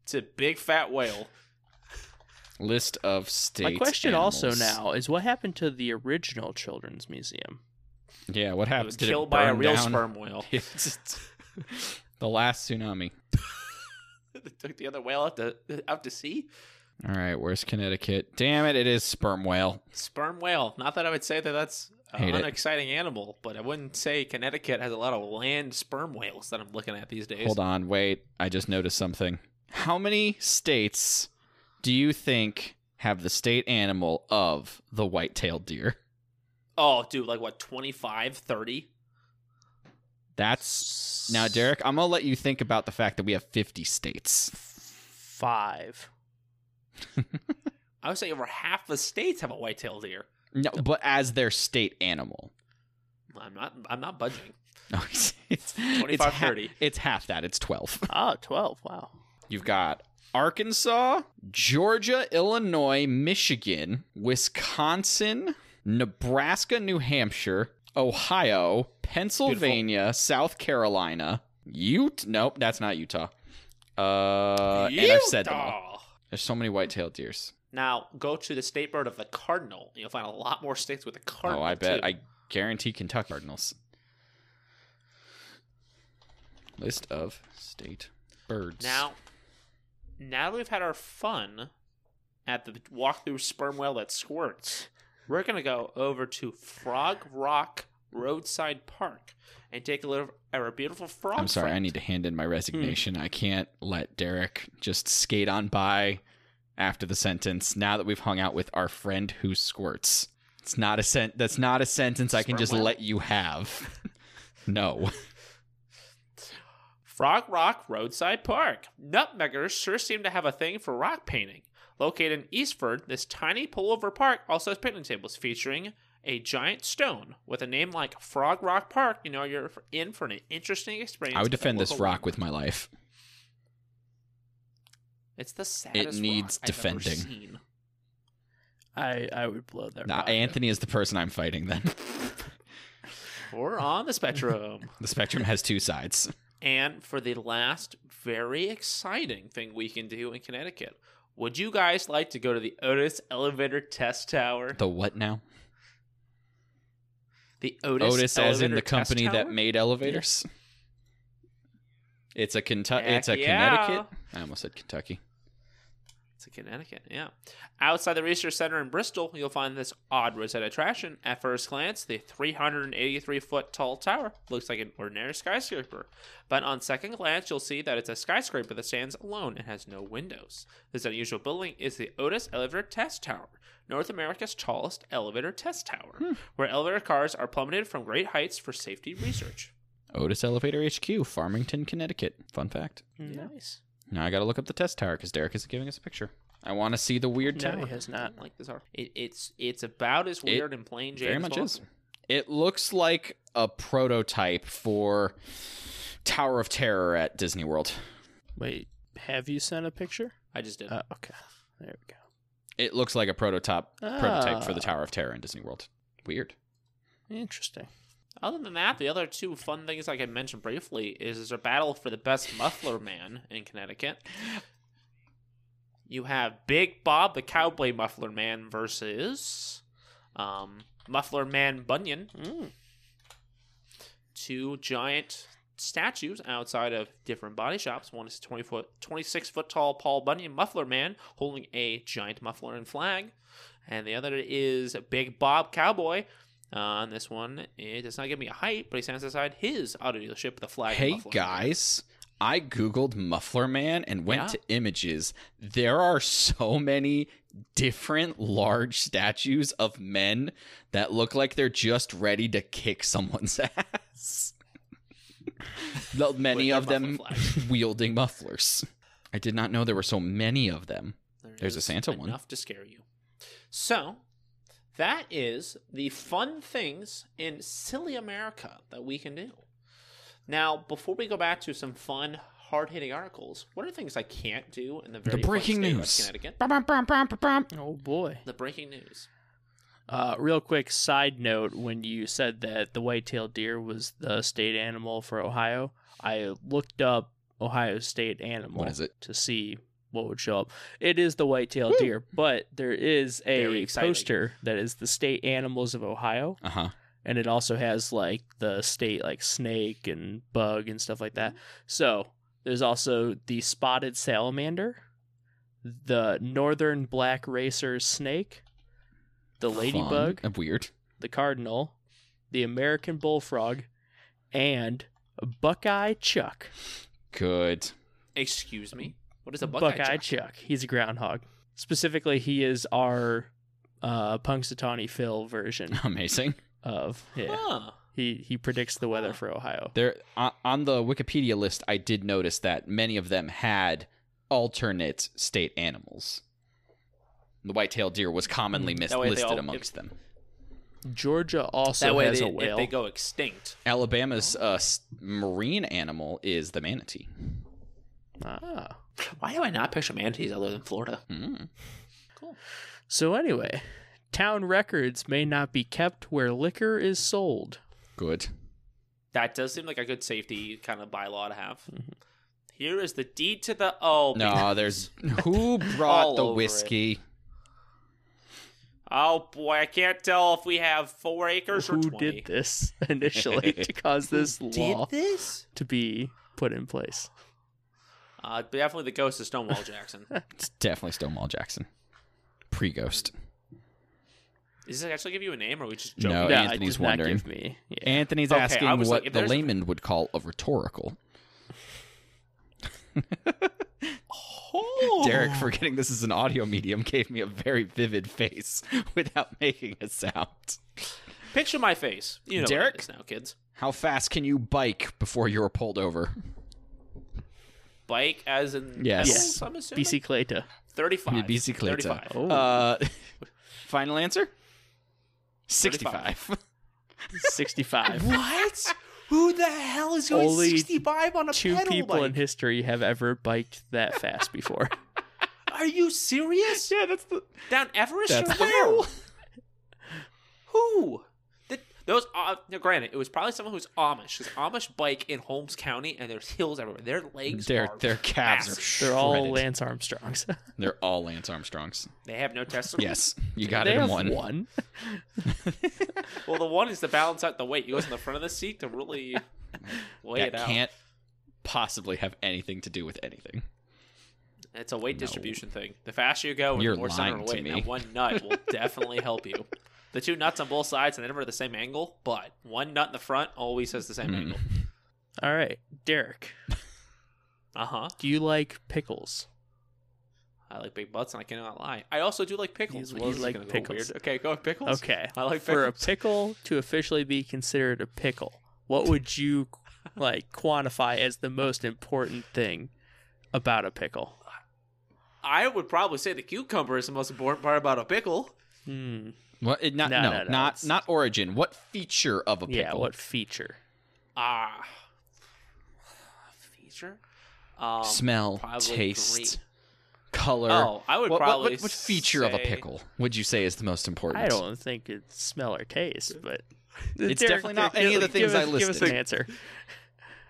Speaker 2: It's a big fat whale.
Speaker 1: List of state.
Speaker 3: My question also
Speaker 1: animals.
Speaker 3: now is what happened to the original children's museum?
Speaker 1: Yeah, what
Speaker 2: It
Speaker 1: happened?
Speaker 2: was
Speaker 1: Did
Speaker 2: killed
Speaker 1: it
Speaker 2: by a
Speaker 1: burn
Speaker 2: real
Speaker 1: down?
Speaker 2: sperm whale.
Speaker 1: the last tsunami.
Speaker 2: They took the other whale out to out to sea.
Speaker 1: All right, where's Connecticut? Damn it, it is sperm whale.
Speaker 2: Sperm whale. Not that I would say that that's
Speaker 1: Hate
Speaker 2: an
Speaker 1: it.
Speaker 2: unexciting animal, but I wouldn't say Connecticut has a lot of land sperm whales that I'm looking at these days.
Speaker 1: Hold on, wait. I just noticed something. How many states do you think have the state animal of the white-tailed deer?
Speaker 2: Oh, dude, like what, 25, 30?
Speaker 1: That's now, Derek. I'm gonna let you think about the fact that we have 50 states.
Speaker 3: Five.
Speaker 2: I would say over half the states have a white-tailed deer.
Speaker 1: No, but as their state animal.
Speaker 2: I'm not I'm not budging.
Speaker 1: No, it's, it's, it's,
Speaker 2: 25,
Speaker 1: ha-
Speaker 2: 30.
Speaker 1: it's half that. It's 12.
Speaker 3: Ah, 12. Wow.
Speaker 1: You've got Arkansas, Georgia, Illinois, Michigan, Wisconsin, Nebraska, New Hampshire, Ohio, Pennsylvania, South Carolina, Utah. Nope, that's not Utah. Uh, and I've said them all.
Speaker 2: Utah.
Speaker 1: There's so many white-tailed deers.
Speaker 2: Now go to the state bird of the cardinal. and You'll find a lot more states with a cardinal.
Speaker 1: oh, I bet.
Speaker 2: too.
Speaker 1: I guarantee Kentucky Cardinals. List of state birds.
Speaker 2: Now, now that we've had our fun at the walkthrough sperm whale that squirts, we're gonna go over to Frog Rock Roadside Park and take a look at our beautiful frog.
Speaker 1: I'm sorry, I
Speaker 2: friend.
Speaker 1: need to hand in
Speaker 2: Hmm.
Speaker 1: my resignation. I can't let Derek just skate on by after the sentence. Now that we've hung out with our friend who squirts, it's not a sent. That's not a sentence I can
Speaker 2: Sperm
Speaker 1: just
Speaker 2: whale?
Speaker 1: let you have. no,
Speaker 2: Frog Rock Roadside Park. Nutmeggers sure seem to have a thing for rock painting. Located in Eastford, this tiny pullover park also has picnic tables featuring a giant stone. With a name like Frog Rock Park, you know you're in for an interesting experience.
Speaker 1: I would
Speaker 2: with a
Speaker 1: defend this
Speaker 2: local
Speaker 1: rock with my life.
Speaker 2: It's the saddest.
Speaker 1: needs
Speaker 2: rock I've ever
Speaker 1: defending.
Speaker 2: seen.
Speaker 3: I, I would blow that.
Speaker 1: Nah,
Speaker 3: rocket.
Speaker 1: Anthony is the person I'm fighting. Then
Speaker 2: We're on the spectrum.
Speaker 1: the spectrum has two sides.
Speaker 2: and for the last very exciting thing we can do in Connecticut, would you guys like to go to the Otis Elevator Test Tower?
Speaker 1: The what now?
Speaker 2: The Otis,
Speaker 1: Otis, as in
Speaker 2: Elevator
Speaker 1: the
Speaker 2: Test
Speaker 1: company that
Speaker 2: Tower?
Speaker 1: made elevators. It's a Kentucky.
Speaker 2: Heck
Speaker 1: It's a
Speaker 2: yeah.
Speaker 1: Connecticut. I almost said Kentucky.
Speaker 2: It's in Connecticut, yeah. Outside the Research Center in Bristol, you'll find this odd roadside attraction. At first glance, the 383 foot tall tower looks like an ordinary skyscraper, but on second glance, you'll see that it's a skyscraper that stands alone and has no windows. This unusual building is the Otis Elevator Test Tower, North America's tallest elevator test tower,
Speaker 1: Hmm.
Speaker 2: where elevator cars are plummeted from great heights for safety research.
Speaker 1: Otis Elevator HQ, Farmington, Connecticut. Fun fact.
Speaker 3: Nice.
Speaker 1: Now I gotta look up the test tower because Derek isn't giving us a picture. I want to see the weird
Speaker 3: No,
Speaker 1: tower.
Speaker 3: he has not.
Speaker 2: Like this art. It, it's it's about as weird and plain James
Speaker 1: Very much
Speaker 2: Bond.
Speaker 1: is. It looks like a prototype for Tower of Terror at Disney World.
Speaker 3: Wait, have you sent a picture?
Speaker 2: I just did.
Speaker 3: Uh, okay, there we go.
Speaker 1: It looks like a prototype prototype for the
Speaker 3: Ah.
Speaker 1: Tower of Terror in Disney World. Weird.
Speaker 3: Interesting.
Speaker 2: Other than that, the other two fun things I can mention briefly is there's a battle for the best muffler man in Connecticut. You have Big Bob the Cowboy Muffler Man versus um, Muffler Man Bunyan,
Speaker 3: Mm.
Speaker 2: two giant statues outside of different body shops. One is 20 foot, 26 foot tall Paul Bunyan Muffler Man holding a giant muffler and flag, and the other is Big Bob Cowboy. Uh, and this one, it does not give me a height, but he stands outside his auto dealership with a flag. and
Speaker 1: hey
Speaker 2: muffler.
Speaker 1: guys, I googled Muffler Man and went
Speaker 2: Yeah.
Speaker 1: to images. There are so many different large statues of men that look like they're just ready to kick someone's ass. Though many
Speaker 2: their
Speaker 1: of them
Speaker 2: muffler
Speaker 1: wielding mufflers. I did not know there were so many of them.
Speaker 2: There
Speaker 1: There's a
Speaker 2: is
Speaker 1: Santa
Speaker 2: enough
Speaker 1: one.
Speaker 2: to scare you. So that is the fun things in silly America that we can do. Now, before we go back to some fun, hard-hitting articles, what are things I can't do in the very fun
Speaker 1: breaking
Speaker 2: state of
Speaker 1: news.
Speaker 2: Connecticut?
Speaker 3: Oh boy.
Speaker 2: The breaking news.
Speaker 3: Uh, real quick side note: when you said that the white-tailed deer was the state animal for Ohio, I looked up Ohio state animal.
Speaker 1: What is it?
Speaker 3: To see what would show up. It is the white-tailed deer, but there is
Speaker 2: Very
Speaker 3: a
Speaker 2: exciting.
Speaker 3: poster that is the state animals of Ohio.
Speaker 1: Uh huh.
Speaker 3: and it also has like the state like snake and bug and stuff like that. So there's also the spotted salamander, the northern black racer snake, the ladybug,
Speaker 1: Weird.
Speaker 3: the cardinal, the American bullfrog, and Buckeye Chuck.
Speaker 1: Good.
Speaker 2: Excuse me. What is a buckeye?
Speaker 3: Buckeye
Speaker 2: check?
Speaker 3: Chuck. He's a groundhog. Specifically, he is our uh, Punxsutawney Phil version
Speaker 1: Amazing.
Speaker 3: of yeah.
Speaker 2: Huh.
Speaker 3: He he predicts the weather
Speaker 2: Huh.
Speaker 3: for Ohio.
Speaker 1: There on- on the Wikipedia list, I did notice that many of them had alternate state animals. The white-tailed deer was commonly mis-
Speaker 2: Mm, That way they
Speaker 1: listed
Speaker 2: all-
Speaker 1: amongst them.
Speaker 3: Georgia also
Speaker 2: That way,
Speaker 3: has
Speaker 2: they,
Speaker 3: a whale.
Speaker 2: if they go extinct,
Speaker 1: Alabama's uh, s- marine animal is the manatee.
Speaker 3: Ah.
Speaker 2: why do I not picture manatees other than Florida?
Speaker 1: Mm.
Speaker 3: So anyway, town records may not be kept where liquor is sold.
Speaker 1: Good.
Speaker 2: That does seem like a good safety kind of bylaw to have. Here is the deed to the oh
Speaker 1: Mm-hmm. No, there's who brought
Speaker 2: All
Speaker 1: the
Speaker 2: over it.
Speaker 1: whiskey?
Speaker 2: Oh boy, I can't tell if we have four acres or
Speaker 3: Who
Speaker 2: twenty.
Speaker 3: did this initially to cause this
Speaker 2: Did
Speaker 3: law
Speaker 2: this?
Speaker 3: to be put in place?
Speaker 2: Uh, definitely the ghost of Stonewall Jackson.
Speaker 1: It's definitely Stonewall Jackson, pre-ghost.
Speaker 2: Is this actually give you a name, or are we just joking?
Speaker 1: No,
Speaker 3: No, it
Speaker 1: Oh, Anthony's
Speaker 3: did not
Speaker 1: wondering.
Speaker 3: give me. Yeah.
Speaker 1: Anthony's
Speaker 2: Okay, I
Speaker 1: asking
Speaker 2: was
Speaker 1: what
Speaker 2: like, if
Speaker 1: the
Speaker 2: there's-
Speaker 1: layman would call a rhetorical.
Speaker 2: Oh,
Speaker 1: Derek, forgetting this is an audio medium, gave me a very vivid face without making a sound.
Speaker 2: picture my face. You know, what it
Speaker 1: Derek?
Speaker 2: is now, kids.
Speaker 1: How fast can you bike before you're pulled over?
Speaker 2: Bike as in
Speaker 1: Yes.
Speaker 2: Yes. I'm assuming
Speaker 3: BC Clayta.
Speaker 1: Yeah,
Speaker 2: thirty-five.
Speaker 1: basically, it's a-
Speaker 2: thirty-five.
Speaker 3: Oh,
Speaker 1: Uh, final answer? 65.
Speaker 3: 65.
Speaker 2: What? Who the hell is
Speaker 3: going Only
Speaker 2: 65 on a
Speaker 3: Two people in history have ever biked that fast before.
Speaker 2: Are you serious?
Speaker 1: yeah, that's the
Speaker 2: Down Everest
Speaker 1: that's
Speaker 2: or
Speaker 1: the
Speaker 2: where?
Speaker 1: rule.
Speaker 2: Who? The, those. Uh, now, granted, it was probably someone who's Amish. Because Amish bike in Holmes County, and there's hills everywhere. Their legs
Speaker 1: Their
Speaker 2: are.
Speaker 1: their calves are
Speaker 2: massive.
Speaker 1: shredded.
Speaker 3: They're all Lance Armstrongs.
Speaker 1: They're all Lance Armstrongs.
Speaker 2: They have no testicles.
Speaker 1: Yes, you got
Speaker 3: they
Speaker 1: it in
Speaker 3: have
Speaker 1: one.
Speaker 3: one.
Speaker 2: Well, the one is to balance out the weight. It goes in the front of the seat to really weigh
Speaker 1: That
Speaker 2: it out.
Speaker 1: can't possibly have anything to do with anything.
Speaker 2: It's a weight distribution thing. The faster you go, and
Speaker 1: You're
Speaker 2: the more center
Speaker 1: lying
Speaker 2: of
Speaker 1: to
Speaker 2: weight.
Speaker 1: me.
Speaker 2: That one nut will definitely help you. The two nuts on both sides, and they're never the same angle, but one nut in the front always has the same
Speaker 1: Hmm.
Speaker 2: angle.
Speaker 3: All right, Derek.
Speaker 2: Uh huh.
Speaker 3: Do you like pickles?
Speaker 2: I like big butts, and I cannot lie. I also do like pickles.
Speaker 3: He's-
Speaker 2: Well,
Speaker 3: he's
Speaker 2: this is
Speaker 3: like
Speaker 2: gonna go
Speaker 3: pickles.
Speaker 2: weird. Okay, go with pickles.
Speaker 3: Okay.
Speaker 2: I like
Speaker 3: for a
Speaker 2: pickles.
Speaker 3: pickle to officially be considered a pickle, what would you like quantify as the most important thing about a pickle?
Speaker 2: I would probably say the cucumber is the most important part about a pickle.
Speaker 3: Hmm.
Speaker 1: What? It, not,
Speaker 3: No,
Speaker 1: no,
Speaker 3: no, no,
Speaker 1: not
Speaker 3: it's-
Speaker 1: not origin. What feature of a pickle?
Speaker 3: Yeah. What feature?
Speaker 2: Ah, feature. Um,
Speaker 1: Smell,
Speaker 2: probably
Speaker 1: taste,
Speaker 2: green.
Speaker 1: color.
Speaker 2: Oh, I would
Speaker 1: what, what-
Speaker 2: probably
Speaker 1: what, what feature of a
Speaker 2: say-
Speaker 1: pickle would you say is the most important?
Speaker 3: I don't think it's smell or taste, but
Speaker 1: It's definitely not any of the
Speaker 3: give
Speaker 1: things
Speaker 3: us-
Speaker 1: I
Speaker 3: Give us
Speaker 1: listed.
Speaker 3: an answer.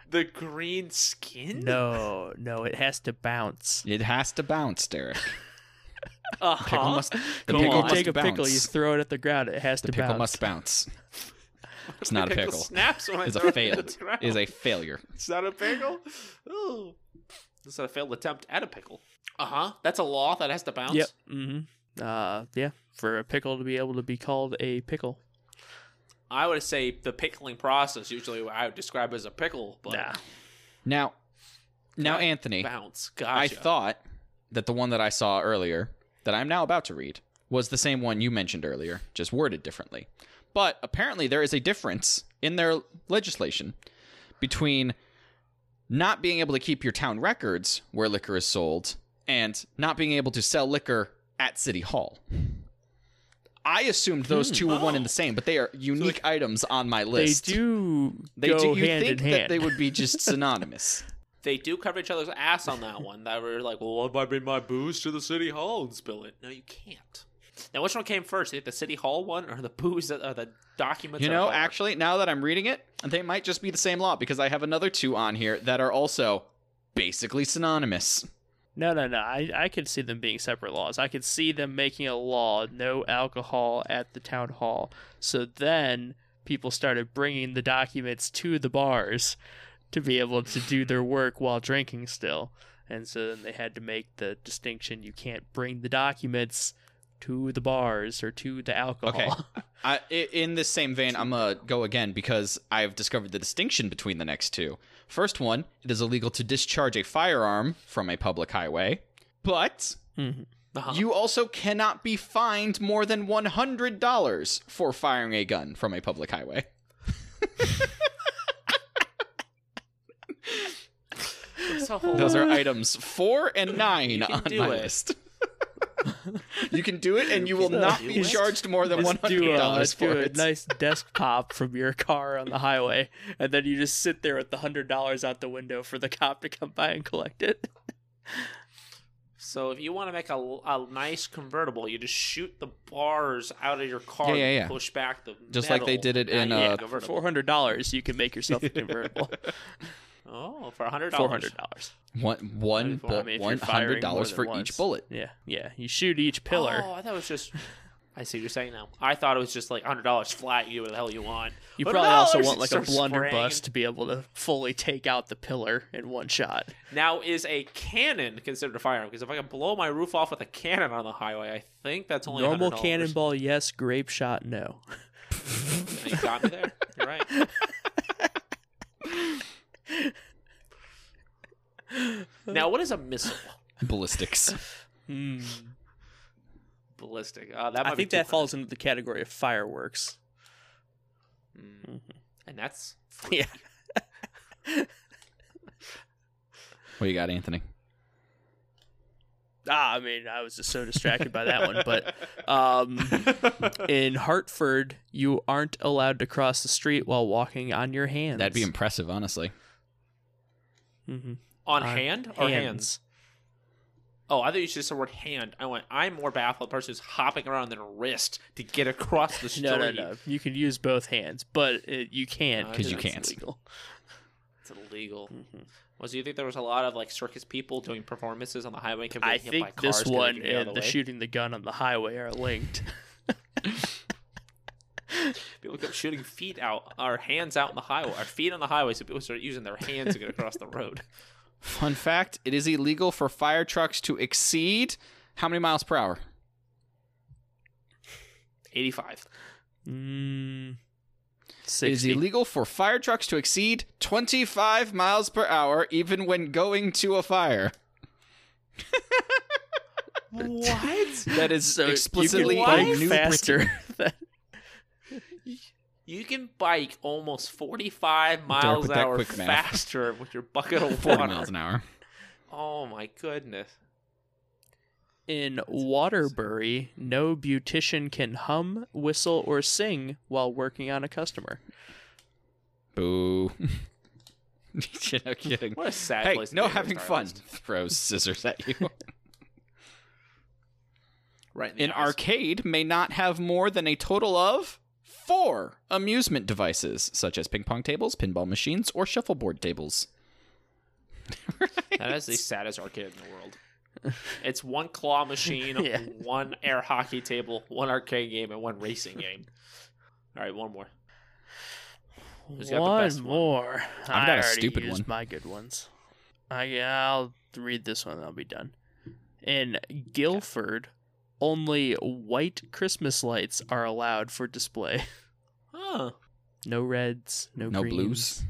Speaker 2: The green skin.
Speaker 3: No, no, it has to bounce.
Speaker 1: It has to bounce, Derek.
Speaker 2: Uh-huh.
Speaker 1: Pickle must. The
Speaker 2: Go
Speaker 1: pickle
Speaker 2: on.
Speaker 1: must
Speaker 3: take a
Speaker 1: bounce.
Speaker 3: pickle, you throw it at the ground. It has
Speaker 1: the
Speaker 3: to
Speaker 1: pickle
Speaker 3: bounce.
Speaker 1: must bounce. It's not a
Speaker 2: pickle
Speaker 1: pickle.
Speaker 2: Snaps when I
Speaker 1: It's a
Speaker 2: throw it into
Speaker 1: failed.
Speaker 2: the ground.
Speaker 1: Is a failure.
Speaker 2: Is that a pickle? Ooh. Is that a failed attempt at a pickle? Uh huh. That's a law that has to bounce.
Speaker 3: Yep. Mm-hmm. Uh, yeah. For a pickle to be able to be called a pickle.
Speaker 2: I would say the pickling process usually what I would describe as a pickle, but
Speaker 3: Nah.
Speaker 1: Now, now,
Speaker 2: Right.
Speaker 1: Anthony,
Speaker 2: bounce. Gotcha.
Speaker 1: I thought that the one that I saw earlier, that I'm now about to read, was the same one you mentioned earlier, just worded differently. But apparently, there is a difference in their legislation between not being able to keep your town records where liquor is sold and not being able to sell liquor at City Hall. I assumed those two were one and the same, but they are unique items on my
Speaker 3: Oh. They
Speaker 1: list.
Speaker 3: do
Speaker 1: They
Speaker 3: go
Speaker 1: do. You
Speaker 3: hand
Speaker 1: think
Speaker 3: in hand.
Speaker 1: that they would be just synonymous?
Speaker 2: they do cover each other's ass on that one. That were like, well, if I bring my booze to the city hall and spill it, no, you can't. Now, which one came first? You think the city hall one or the booze that- or the documents?
Speaker 1: You
Speaker 2: at a
Speaker 1: know,
Speaker 2: bar?
Speaker 1: actually, now that I'm reading it, they might just be the same law because I have another two on here that are also basically synonymous.
Speaker 3: No, no, no. I, I could see them being separate laws. I could see them making a law no alcohol at the town hall. So then people started bringing the documents to the bars to be able to do their work while drinking still. And so then they had to make the distinction you can't bring the documents to the bars or to the alcohol.
Speaker 1: I, i- in this same vein, I'm gonna go again because I've discovered the distinction between the next two. First one, it is illegal to discharge a firearm from a public highway, but
Speaker 2: Uh-huh.
Speaker 1: you also cannot be fined more than $100 for firing a gun from a public highway.
Speaker 2: It's a whole-
Speaker 1: Those are items four and nine
Speaker 2: can
Speaker 1: on
Speaker 2: do
Speaker 1: my
Speaker 2: it.
Speaker 1: list. you can do it, and you will not
Speaker 2: do
Speaker 1: be
Speaker 2: it.
Speaker 1: charged more than one
Speaker 3: Just do
Speaker 1: hundred
Speaker 3: a-
Speaker 1: dollars for
Speaker 3: do a
Speaker 1: it.
Speaker 3: nice desk pop from your car on the highway, and then you just sit there with the hundred dollars out the window for the cop to come by and collect it.
Speaker 2: So if you want to make a, a nice convertible, you just shoot the bars out of your car.
Speaker 1: Yeah, yeah,
Speaker 2: and
Speaker 1: yeah.
Speaker 2: Push back the
Speaker 1: Just like they
Speaker 2: metal,
Speaker 1: did it
Speaker 2: and
Speaker 1: in,
Speaker 2: you get a
Speaker 1: uh,
Speaker 2: convertible.
Speaker 3: Four hundred dollars, you can make yourself a convertible.
Speaker 2: Oh, for a hundred
Speaker 3: Four
Speaker 2: dollars.
Speaker 3: hundred dollars.
Speaker 1: One one
Speaker 3: I mean, if you're
Speaker 1: one hundred
Speaker 3: firing more
Speaker 1: dollars
Speaker 3: than
Speaker 1: for
Speaker 3: once.
Speaker 1: each bullet.
Speaker 3: Yeah, yeah. You shoot each pillar.
Speaker 2: Oh, I thought it was just. I see what you're saying now. I thought it was just like hundred dollars flat. You do what the hell you want.
Speaker 3: you
Speaker 2: $100
Speaker 3: probably also want
Speaker 2: it
Speaker 3: like a
Speaker 2: starts
Speaker 3: blunderbuss
Speaker 2: spraying.
Speaker 3: to be able to fully take out the pillar in one shot.
Speaker 2: Now is a cannon considered a firearm? Because if I can blow my roof off with a cannon on the highway, I think that's only
Speaker 3: Normal
Speaker 2: $100.
Speaker 3: cannonball, yes. Grape shot, no.
Speaker 2: You got me there. You're right. now, what is a missile?
Speaker 1: Ballistics.
Speaker 3: Hmm,
Speaker 2: Ballistic. Uh, that might
Speaker 3: I
Speaker 2: be
Speaker 3: think that
Speaker 2: too-
Speaker 3: falls into the category of fireworks.
Speaker 2: Mm.
Speaker 3: Mm-hmm.
Speaker 2: And that's
Speaker 3: Yeah.
Speaker 1: what you got, Anthony?
Speaker 3: Ah, I mean, I was just so distracted by that one. But um, in Hartford, you aren't allowed to cross the street while walking on your hands.
Speaker 1: That'd be impressive, honestly.
Speaker 3: Mhm.
Speaker 2: on
Speaker 3: Uh,
Speaker 2: hand or hands. Oh, I thought you said the word hand. I went. I'm more baffled. The person who's hopping around their wrist to get across the street.
Speaker 3: No, no, no. You can use both hands, but it, you can't
Speaker 2: Uh,
Speaker 1: 'Cause you
Speaker 3: it's
Speaker 1: can't.
Speaker 3: illegal.
Speaker 2: It's illegal.
Speaker 3: Mm-hmm.
Speaker 2: Was you think there was a lot of like circus people doing performances on the highway? and kept
Speaker 3: I
Speaker 2: getting hit by
Speaker 3: think this
Speaker 2: cars 'cause they
Speaker 3: one
Speaker 2: couldn't get out
Speaker 3: and
Speaker 2: of
Speaker 3: the
Speaker 2: way?
Speaker 3: shooting the gun on the highway are linked.
Speaker 2: People kept shooting feet out, our hands out on the highway, our feet on the highway, so people started using their hands to get across the road.
Speaker 1: Fun fact: It is illegal for fire trucks to exceed how many miles per hour?
Speaker 2: 85.
Speaker 3: mm,
Speaker 1: It is
Speaker 3: 60.
Speaker 1: illegal for fire trucks to exceed twenty-five miles per hour, even when going to a fire.
Speaker 2: What?
Speaker 1: That is
Speaker 3: So you can
Speaker 1: explicitly by
Speaker 3: bike
Speaker 1: New Britain.
Speaker 3: faster. than-
Speaker 2: You can bike almost 45 miles
Speaker 1: with
Speaker 2: an
Speaker 1: that
Speaker 2: hour
Speaker 1: quick math.
Speaker 2: faster with your bucket of
Speaker 1: Forty
Speaker 2: water.
Speaker 1: miles an hour.
Speaker 2: Oh my goodness.
Speaker 3: In Waterbury, no beautician can hum, whistle, or sing while working on a customer.
Speaker 1: Boo. no kidding.
Speaker 2: What a sad
Speaker 1: Hey,
Speaker 2: place. to
Speaker 1: no
Speaker 2: be a
Speaker 1: having
Speaker 2: guitar
Speaker 1: fun.
Speaker 2: artist.
Speaker 1: Throws scissors at you.
Speaker 2: Right. In the
Speaker 1: An
Speaker 2: eyes.
Speaker 1: arcade may not have more than a total of four amusement devices, such as ping pong tables, pinball machines, or shuffleboard tables.
Speaker 2: That is the saddest arcade in the world. It's one claw machine,
Speaker 3: Yeah.
Speaker 2: one air hockey table, one arcade game, and one racing game. All right, one more. Who's got the best
Speaker 3: one
Speaker 2: one?
Speaker 3: more.
Speaker 1: I've got
Speaker 3: a
Speaker 1: a stupid one.
Speaker 3: My good ones. I I'll read this one. and I'll be done. In Guilford, only white Christmas lights are allowed for display.
Speaker 2: Huh.
Speaker 3: No reds. No,
Speaker 1: No
Speaker 3: greens,
Speaker 1: blues.
Speaker 3: No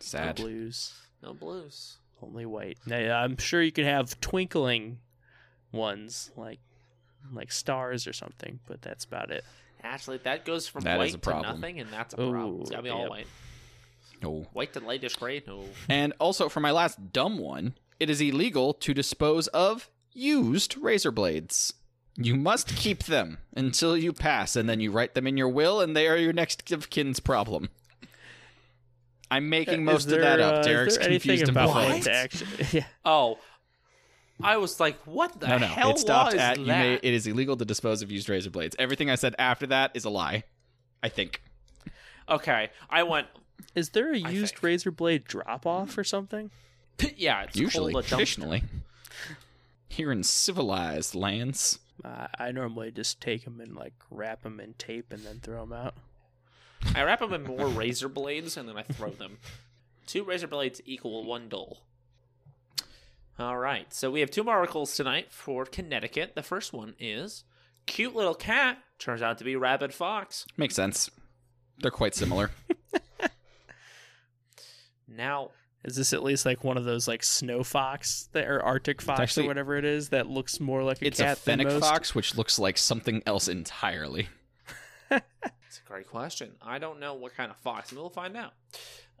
Speaker 1: Sad.
Speaker 3: blues.
Speaker 2: No blues.
Speaker 3: Only white. Now, yeah, I'm sure you could have twinkling ones like like stars or something, but that's about it.
Speaker 2: Actually, that goes from
Speaker 1: That is
Speaker 2: white
Speaker 1: a problem.
Speaker 2: to nothing, and that's a
Speaker 3: Ooh,
Speaker 2: problem. It's gotta be all
Speaker 3: yep.
Speaker 2: white.
Speaker 1: No.
Speaker 2: White to lightish gray? No.
Speaker 1: And also, for my last dumb one, it is illegal to dispose of used razor blades. You must keep them until you pass, and then you write them in your will, and they are your next of kin's problem. I'm making
Speaker 3: Is
Speaker 1: most
Speaker 3: there,
Speaker 1: of that
Speaker 3: uh,
Speaker 1: up.
Speaker 3: is
Speaker 1: Derek's
Speaker 3: there anything
Speaker 1: confused
Speaker 3: about
Speaker 1: himself.
Speaker 3: what to actually- yeah.
Speaker 2: Oh. I was like, what the
Speaker 1: No, no.
Speaker 2: hell
Speaker 1: it stopped
Speaker 2: was
Speaker 1: at
Speaker 2: that?
Speaker 1: you may. It is illegal to dispose of used razor blades. Everything I said after that is a lie. I think.
Speaker 2: okay, I went,
Speaker 3: Is there a
Speaker 2: I
Speaker 3: used
Speaker 2: think.
Speaker 3: razor blade drop off or something?
Speaker 2: yeah, it's
Speaker 1: Usually,
Speaker 2: called a dumpster.
Speaker 1: traditionally, here in civilized lands.
Speaker 3: Uh, I normally just take them and like wrap them in tape and then throw them out.
Speaker 2: I wrap them in more razor blades and then I throw them. Two razor blades equal one dole. All right, so we have two more articles tonight for Connecticut. The first one is cute little cat turns out to be rabid fox.
Speaker 1: Makes sense. They're quite similar.
Speaker 2: Now,
Speaker 3: Is this at least like one of those like snow fox that, or Arctic fox
Speaker 1: actually-
Speaker 3: or whatever it is that looks more like a
Speaker 1: it's a
Speaker 3: cat than
Speaker 1: fennec
Speaker 3: most?
Speaker 1: fox, which looks like something else entirely.
Speaker 2: it's a great question. I don't know what kind of fox. and We'll find out.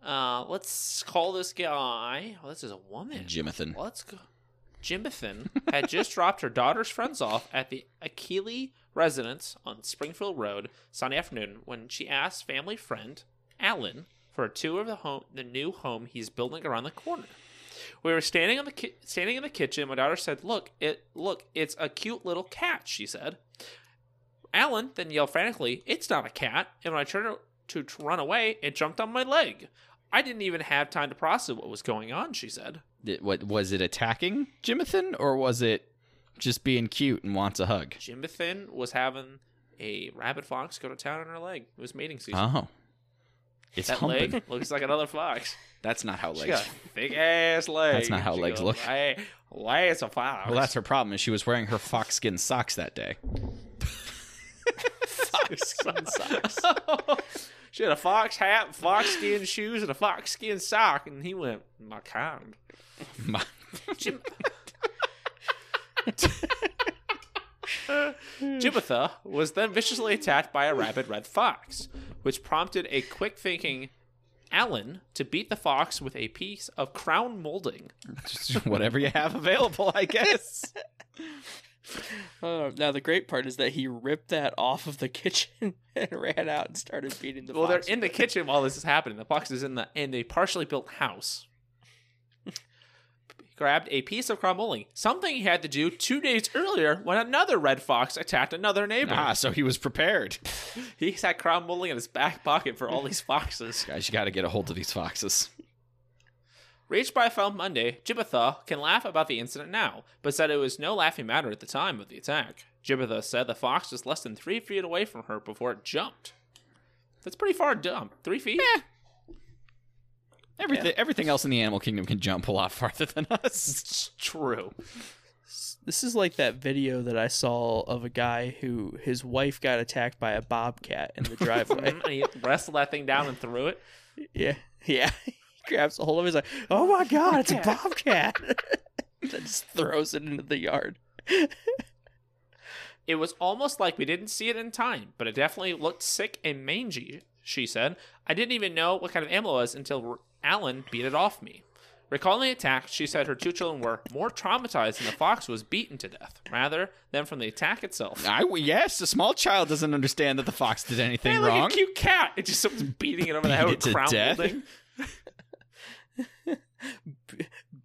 Speaker 2: Uh, let's call this guy. Oh, this is a woman.
Speaker 1: Jimathan.
Speaker 2: Let's go. Jimbethan had just dropped her daughter's friends off at the Achille residence on Springfield Road Sunday afternoon when she asked family friend Alan for a tour of the home, the new home he's building around the corner. We were standing on the ki- standing in the kitchen. My daughter said, "Look, it look, it's a cute little cat," she said. Alan then yelled frantically, "It's not a cat!" And when I turned to, to run away, it jumped on my leg. I didn't even have time to process what was going on. She said.
Speaker 1: It- what was it attacking Jimathan, or was it just being cute and wants a hug?
Speaker 2: Jimbethan was having a rabid fox go to town on her leg. It was mating season.
Speaker 1: Oh, it's
Speaker 2: that
Speaker 1: humping.
Speaker 2: leg looks like another fox.
Speaker 1: That's not how
Speaker 2: She
Speaker 1: legs.
Speaker 2: got a big ass leg.
Speaker 1: That's not how
Speaker 2: She
Speaker 1: legs
Speaker 2: goes,
Speaker 1: look.
Speaker 2: Why, why is a fox?
Speaker 1: Well, that's her problem. Is she was wearing her fox skin socks that day.
Speaker 2: fox skin socks. she had a fox hat, fox skin shoes, and a fox skin sock, and he went, my kind.
Speaker 1: My-
Speaker 2: Jim-
Speaker 1: Hmm.
Speaker 2: Jibitha was then viciously attacked by a rabid red fox, which prompted a quick thinking Alan to beat the fox with a piece of crown molding.
Speaker 1: just whatever you have available, I guess.
Speaker 3: Oh, now the great part is that he ripped that off of the kitchen and ran out and started beating the
Speaker 2: Well, they're
Speaker 3: fox.
Speaker 2: in the kitchen while this is happening. The fox is in the in a partially built house. Grabbed a piece of crown molding, something he had to do two days earlier when another red fox attacked another neighbor.
Speaker 1: ah, so he was prepared.
Speaker 2: He's had crown molding in his back pocket for all these foxes.
Speaker 1: Guys, you got to get a hold of these foxes.
Speaker 2: Reached by film Monday, Gibbetha can laugh about the incident now, but said it was no laughing matter at the time of the attack. Gibbetha said the fox was less than three feet away from her before it jumped. That's pretty far jump. Three feet?
Speaker 3: Eh.
Speaker 1: Everything, everything else in the animal kingdom can jump a lot farther than us.
Speaker 2: It's true.
Speaker 3: This is like that video that I saw of a guy who his wife got attacked by a bobcat in the driveway.
Speaker 2: Mm, and he wrestled that thing down and threw it.
Speaker 3: yeah, yeah. He grabs a hold of it. He's like, "Oh my god, it's a bobcat!" then just throws it into the yard.
Speaker 2: It was almost like we didn't see it in time, but it definitely looked sick and mangy, she said. I didn't even know what kind of animal it was until R- Alan beat it off me. Recalling the attack, she said her two children were more traumatized than the fox was beaten to death, rather than from the attack itself.
Speaker 1: I yes, a small child doesn't understand that the fox did anything
Speaker 2: Hey, look,
Speaker 1: wrong.
Speaker 2: a cute cat. It just someone's beating it over the
Speaker 1: Beat
Speaker 2: head
Speaker 1: it
Speaker 2: with
Speaker 1: to
Speaker 2: crown
Speaker 1: death.
Speaker 2: molding.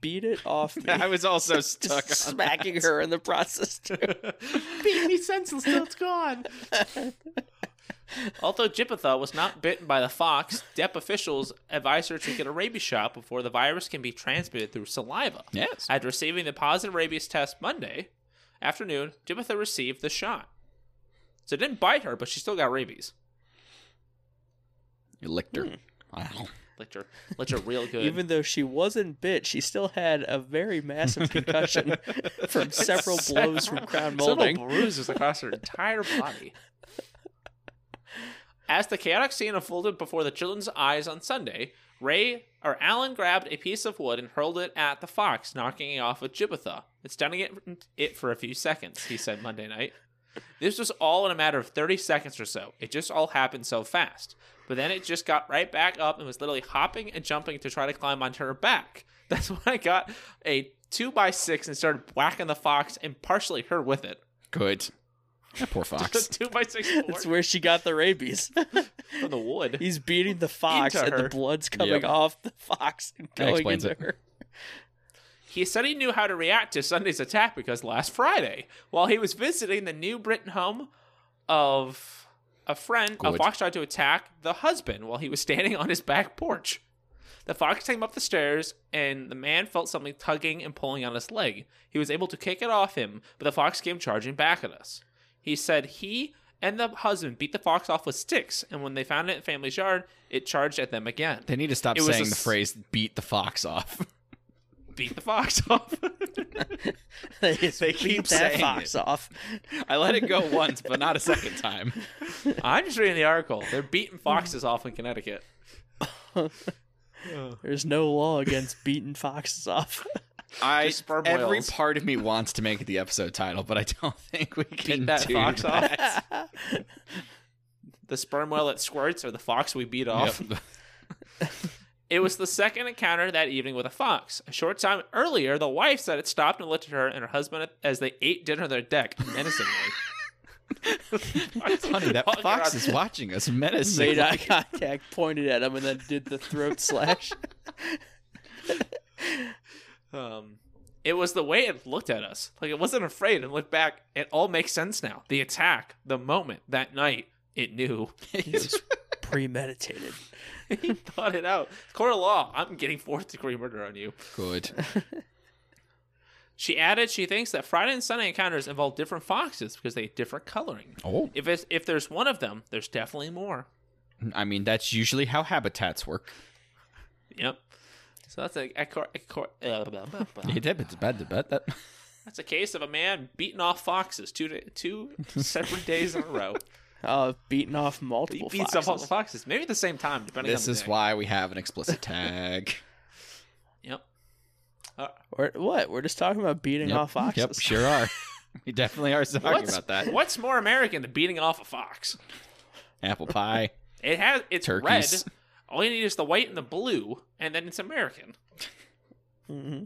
Speaker 3: Beat it off me.
Speaker 1: I was also stuck.
Speaker 3: Just smacking her in the process too.
Speaker 2: Beat me senseless till it's gone. Although Jipitha was not bitten by the fox, DEP officials advised her to get a rabies shot before the virus can be transmitted through saliva.
Speaker 1: Yes.
Speaker 2: After receiving the positive rabies test Monday afternoon, Jipitha received the shot. So it didn't bite her, but she still got rabies.
Speaker 1: You licked her. Wow.
Speaker 2: Licked her, licked her real good.
Speaker 3: Even though she wasn't bit, she still had a very massive concussion from several blows from crown molding.
Speaker 2: Several bruises across her entire body. As the chaotic scene unfolded before the children's eyes on Sunday, Ray or Alan grabbed a piece of wood and hurled it at the fox, knocking it off with Jibitha and stunning it, it for a few seconds, he said Monday night. This was all in a matter of 30 seconds or so. It just all happened so fast. But then it just got right back up and was literally hopping and jumping to try to climb onto her back. That's when I got a 2 by 6 and started whacking the fox and partially her with it.
Speaker 1: Good. That poor
Speaker 2: Just
Speaker 1: fox.
Speaker 2: a 2 by 6
Speaker 3: That's
Speaker 2: board
Speaker 3: where she got the rabies.
Speaker 2: from the wood.
Speaker 3: He's beating the fox,
Speaker 2: Into
Speaker 3: and the
Speaker 2: her.
Speaker 3: blood's coming
Speaker 1: Yep.
Speaker 3: off the fox and going
Speaker 1: explains
Speaker 3: into
Speaker 1: it.
Speaker 3: her.
Speaker 2: He said he knew how to react to Sunday's attack because last Friday, while he was visiting the New Britain home of a friend, a
Speaker 1: Good.
Speaker 2: fox tried to attack the husband while he was standing on his back porch. The fox came up the stairs, and the man felt something tugging and pulling on his leg. He was able to kick it off him, but the fox came charging back at us. He said he and the husband beat the fox off with sticks, and when they found it in family's yard, it charged at them again.
Speaker 1: They need to stop
Speaker 2: It was a
Speaker 1: saying the
Speaker 2: s-
Speaker 1: phrase "beat the fox off."
Speaker 2: beat the fox off.
Speaker 3: they just
Speaker 1: They
Speaker 3: beat
Speaker 1: keep
Speaker 3: that
Speaker 1: saying
Speaker 3: fox
Speaker 1: it.
Speaker 3: off.
Speaker 1: I let it go once, but not a second time.
Speaker 2: I'm just reading the article. They're beating foxes off in Connecticut.
Speaker 3: There's no law against beating foxes off.
Speaker 1: I
Speaker 2: Just sperm
Speaker 1: every
Speaker 2: whales.
Speaker 1: part of me wants to make it the episode title, but I don't think we can
Speaker 2: Beat that
Speaker 1: do
Speaker 2: fox
Speaker 1: that.
Speaker 2: off. the sperm whale that squirts or the fox we beat off.
Speaker 1: Yep.
Speaker 2: It was the second encounter that evening with a fox. A short time earlier, the wife said it stopped and looked at her and her husband as they ate dinner on their deck menacingly.
Speaker 1: Honey, that fox is watching us menacing.
Speaker 3: Made eye contact, pointed at him, and then did the throat slash.
Speaker 2: Um, it was the way it looked at us. Like it wasn't afraid and looked back. It all makes sense now. The attack, the moment, that night, it knew.
Speaker 3: Premeditated.
Speaker 2: he thought it out. Court of law. I'm getting fourth degree murder on you.
Speaker 1: Good.
Speaker 2: She added she thinks that Friday and Sunday encounters involve different foxes because they have different coloring.
Speaker 1: Oh,
Speaker 2: If it's, if there's one of them, there's definitely more.
Speaker 1: I mean that's usually how habitats work.
Speaker 2: Yep. So that's a, a, cor- a, cor- uh, blah, blah, blah.
Speaker 1: It did, it's bad to bet that.
Speaker 2: that's a case of a man beating off foxes two da two separate days in a row.
Speaker 3: Uh, beating off
Speaker 2: He
Speaker 3: multiple
Speaker 2: beats up all
Speaker 3: foxes.
Speaker 2: the foxes, maybe at the same time, depending
Speaker 1: This
Speaker 2: on the
Speaker 1: is
Speaker 2: day.
Speaker 1: why we have an explicit tag.
Speaker 2: Yep.
Speaker 3: Or what? We're just talking about beating
Speaker 1: Yep.
Speaker 3: off foxes.
Speaker 1: Yep, sure are. we definitely are talking
Speaker 2: What's,
Speaker 1: about that.
Speaker 2: what's more American than beating off a fox?
Speaker 1: Apple pie.
Speaker 2: It has it's
Speaker 1: Turkeys.
Speaker 2: red. All you need is the white and the blue, and then it's American.
Speaker 3: hmm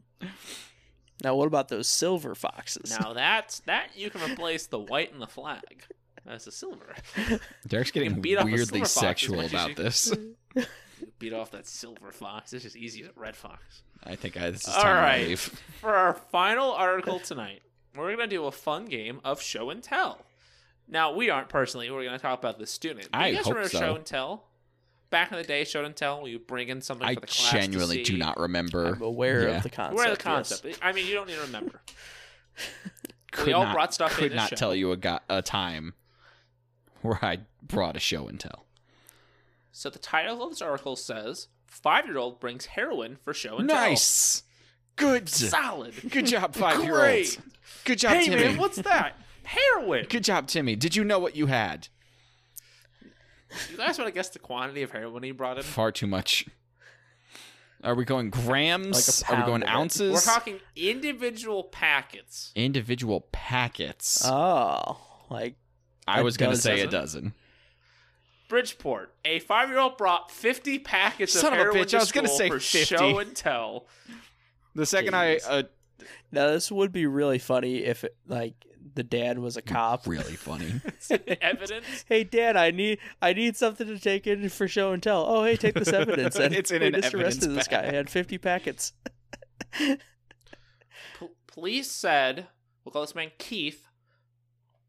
Speaker 3: Now, what about those silver foxes?
Speaker 2: Now that's that you can replace the white and the flag as a silver.
Speaker 1: Derek's
Speaker 2: can
Speaker 1: getting
Speaker 2: beat up a silver
Speaker 1: weirdly
Speaker 2: fox as
Speaker 1: sexual
Speaker 2: much as
Speaker 1: about
Speaker 2: you-
Speaker 1: this.
Speaker 2: You beat off that silver fox. It's just easy as a red fox.
Speaker 1: I think I, this is
Speaker 2: All
Speaker 1: time to
Speaker 2: right.
Speaker 1: leave.
Speaker 2: For our final article tonight, we're gonna do a fun game of show and tell. Now we aren't personally. We're gonna talk about the student. Do
Speaker 1: I
Speaker 2: you guys
Speaker 1: hope
Speaker 2: remember
Speaker 1: so.
Speaker 2: show and tell? Back in the day, show and tell. You bring in something
Speaker 1: I
Speaker 2: for the class to
Speaker 1: genuinely do
Speaker 2: see.
Speaker 1: not remember.
Speaker 3: I'm aware
Speaker 1: Yeah.
Speaker 3: of the concept.
Speaker 2: We're the
Speaker 3: yes.
Speaker 2: concept. I mean, you don't need to remember.
Speaker 1: Could
Speaker 2: we all
Speaker 1: not,
Speaker 2: brought stuff in
Speaker 1: Could
Speaker 2: to
Speaker 1: not
Speaker 2: show.
Speaker 1: tell you a, go- a time where I brought a show and tell.
Speaker 2: So the title of this article says: Five-year-old brings heroin for show and
Speaker 1: Nice. Good.
Speaker 2: tell. Solid.
Speaker 1: Good job, five year
Speaker 2: Great.
Speaker 1: old. Good job,
Speaker 2: Hey
Speaker 1: Timmy.
Speaker 2: man, what's that? Heroin.
Speaker 1: Good job, Timmy. Did you know what you had?
Speaker 2: You guys want to guess the quantity of heroin he brought in?
Speaker 1: Far too much. Are we going grams?
Speaker 3: Like a
Speaker 1: Are we
Speaker 3: pound
Speaker 1: going
Speaker 3: of it.
Speaker 1: ounces?
Speaker 2: We're talking individual packets.
Speaker 1: Individual packets.
Speaker 3: Oh, like
Speaker 1: I
Speaker 3: a
Speaker 1: was going to say a
Speaker 3: dozen.
Speaker 1: dozen.
Speaker 2: Bridgeport, a five-year-old brought 50 packets
Speaker 1: Son of
Speaker 2: of
Speaker 1: a
Speaker 2: heroin
Speaker 1: bitch,
Speaker 2: to
Speaker 1: I was gonna
Speaker 2: school
Speaker 1: say
Speaker 2: for
Speaker 1: 50.
Speaker 2: show and tell.
Speaker 1: The second
Speaker 2: Jeez.
Speaker 1: I uh,
Speaker 3: Now this would be really funny if it, like the dad was a cop.
Speaker 1: really funny.
Speaker 2: Evidence?
Speaker 3: Hey dad, I need I need something to take in for show and tell. Oh hey, take this evidence. And
Speaker 1: It's in
Speaker 3: we
Speaker 1: an
Speaker 3: just arrested
Speaker 1: evidence
Speaker 3: this guy.
Speaker 1: bag.
Speaker 3: He had fifty packets.
Speaker 2: P- police said, we'll call this man Keith.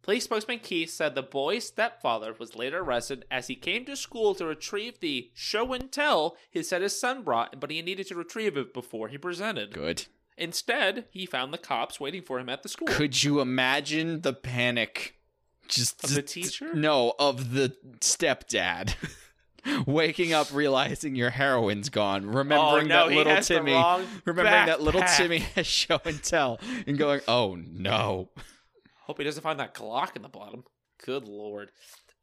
Speaker 2: Police spokesman Keith said the boy's stepfather was later arrested as he came to school to retrieve the show and tell he said his son brought, but he needed to retrieve it before he presented.
Speaker 1: Good.
Speaker 2: Instead, he found the cops waiting for him at the school.
Speaker 1: Could you imagine the panic? Just
Speaker 2: Of the
Speaker 1: just-
Speaker 2: teacher?
Speaker 1: No, of the stepdad. Waking up, realizing your heroin's gone, remembering
Speaker 2: Oh, no,
Speaker 1: that
Speaker 2: he
Speaker 1: little
Speaker 2: has the
Speaker 1: Timmy,
Speaker 2: wrong
Speaker 1: remembering that little
Speaker 2: backpack.
Speaker 1: Timmy has show and tell, and going, "Oh no!"
Speaker 2: Hope he doesn't find that Glock in the bottom. Good lord.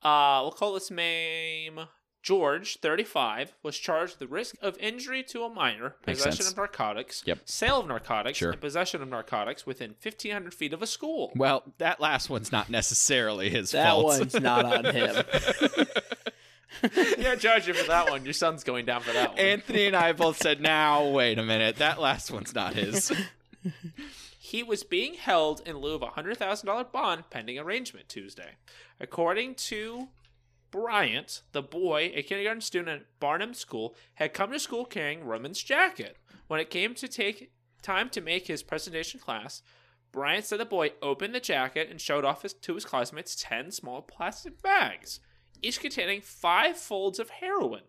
Speaker 2: Uh, we'll call this name George, 35, was charged with the risk of injury to a minor,
Speaker 1: Makes
Speaker 2: possession
Speaker 1: sense.
Speaker 2: of narcotics,
Speaker 1: Yep.
Speaker 2: sale of narcotics,
Speaker 1: Sure.
Speaker 2: and possession of narcotics within 1,500 feet of a school.
Speaker 1: Well, that last one's not necessarily his
Speaker 3: That
Speaker 1: fault.
Speaker 3: one's not on him.
Speaker 2: yeah, judge you for that one. Your son's going down for that one.
Speaker 1: Anthony and I both said, "Now, wait a minute, that last one's not his."
Speaker 2: He was being held in lieu of a hundred thousand dollar bond pending arrangement Tuesday, according to Bryant. The boy, a kindergarten student at Barnum School, had come to school carrying Roman's jacket. When it came to take time to make his presentation class, Bryant said the boy opened the jacket and showed off his, to his classmates ten small plastic bags, each containing five folds of heroin.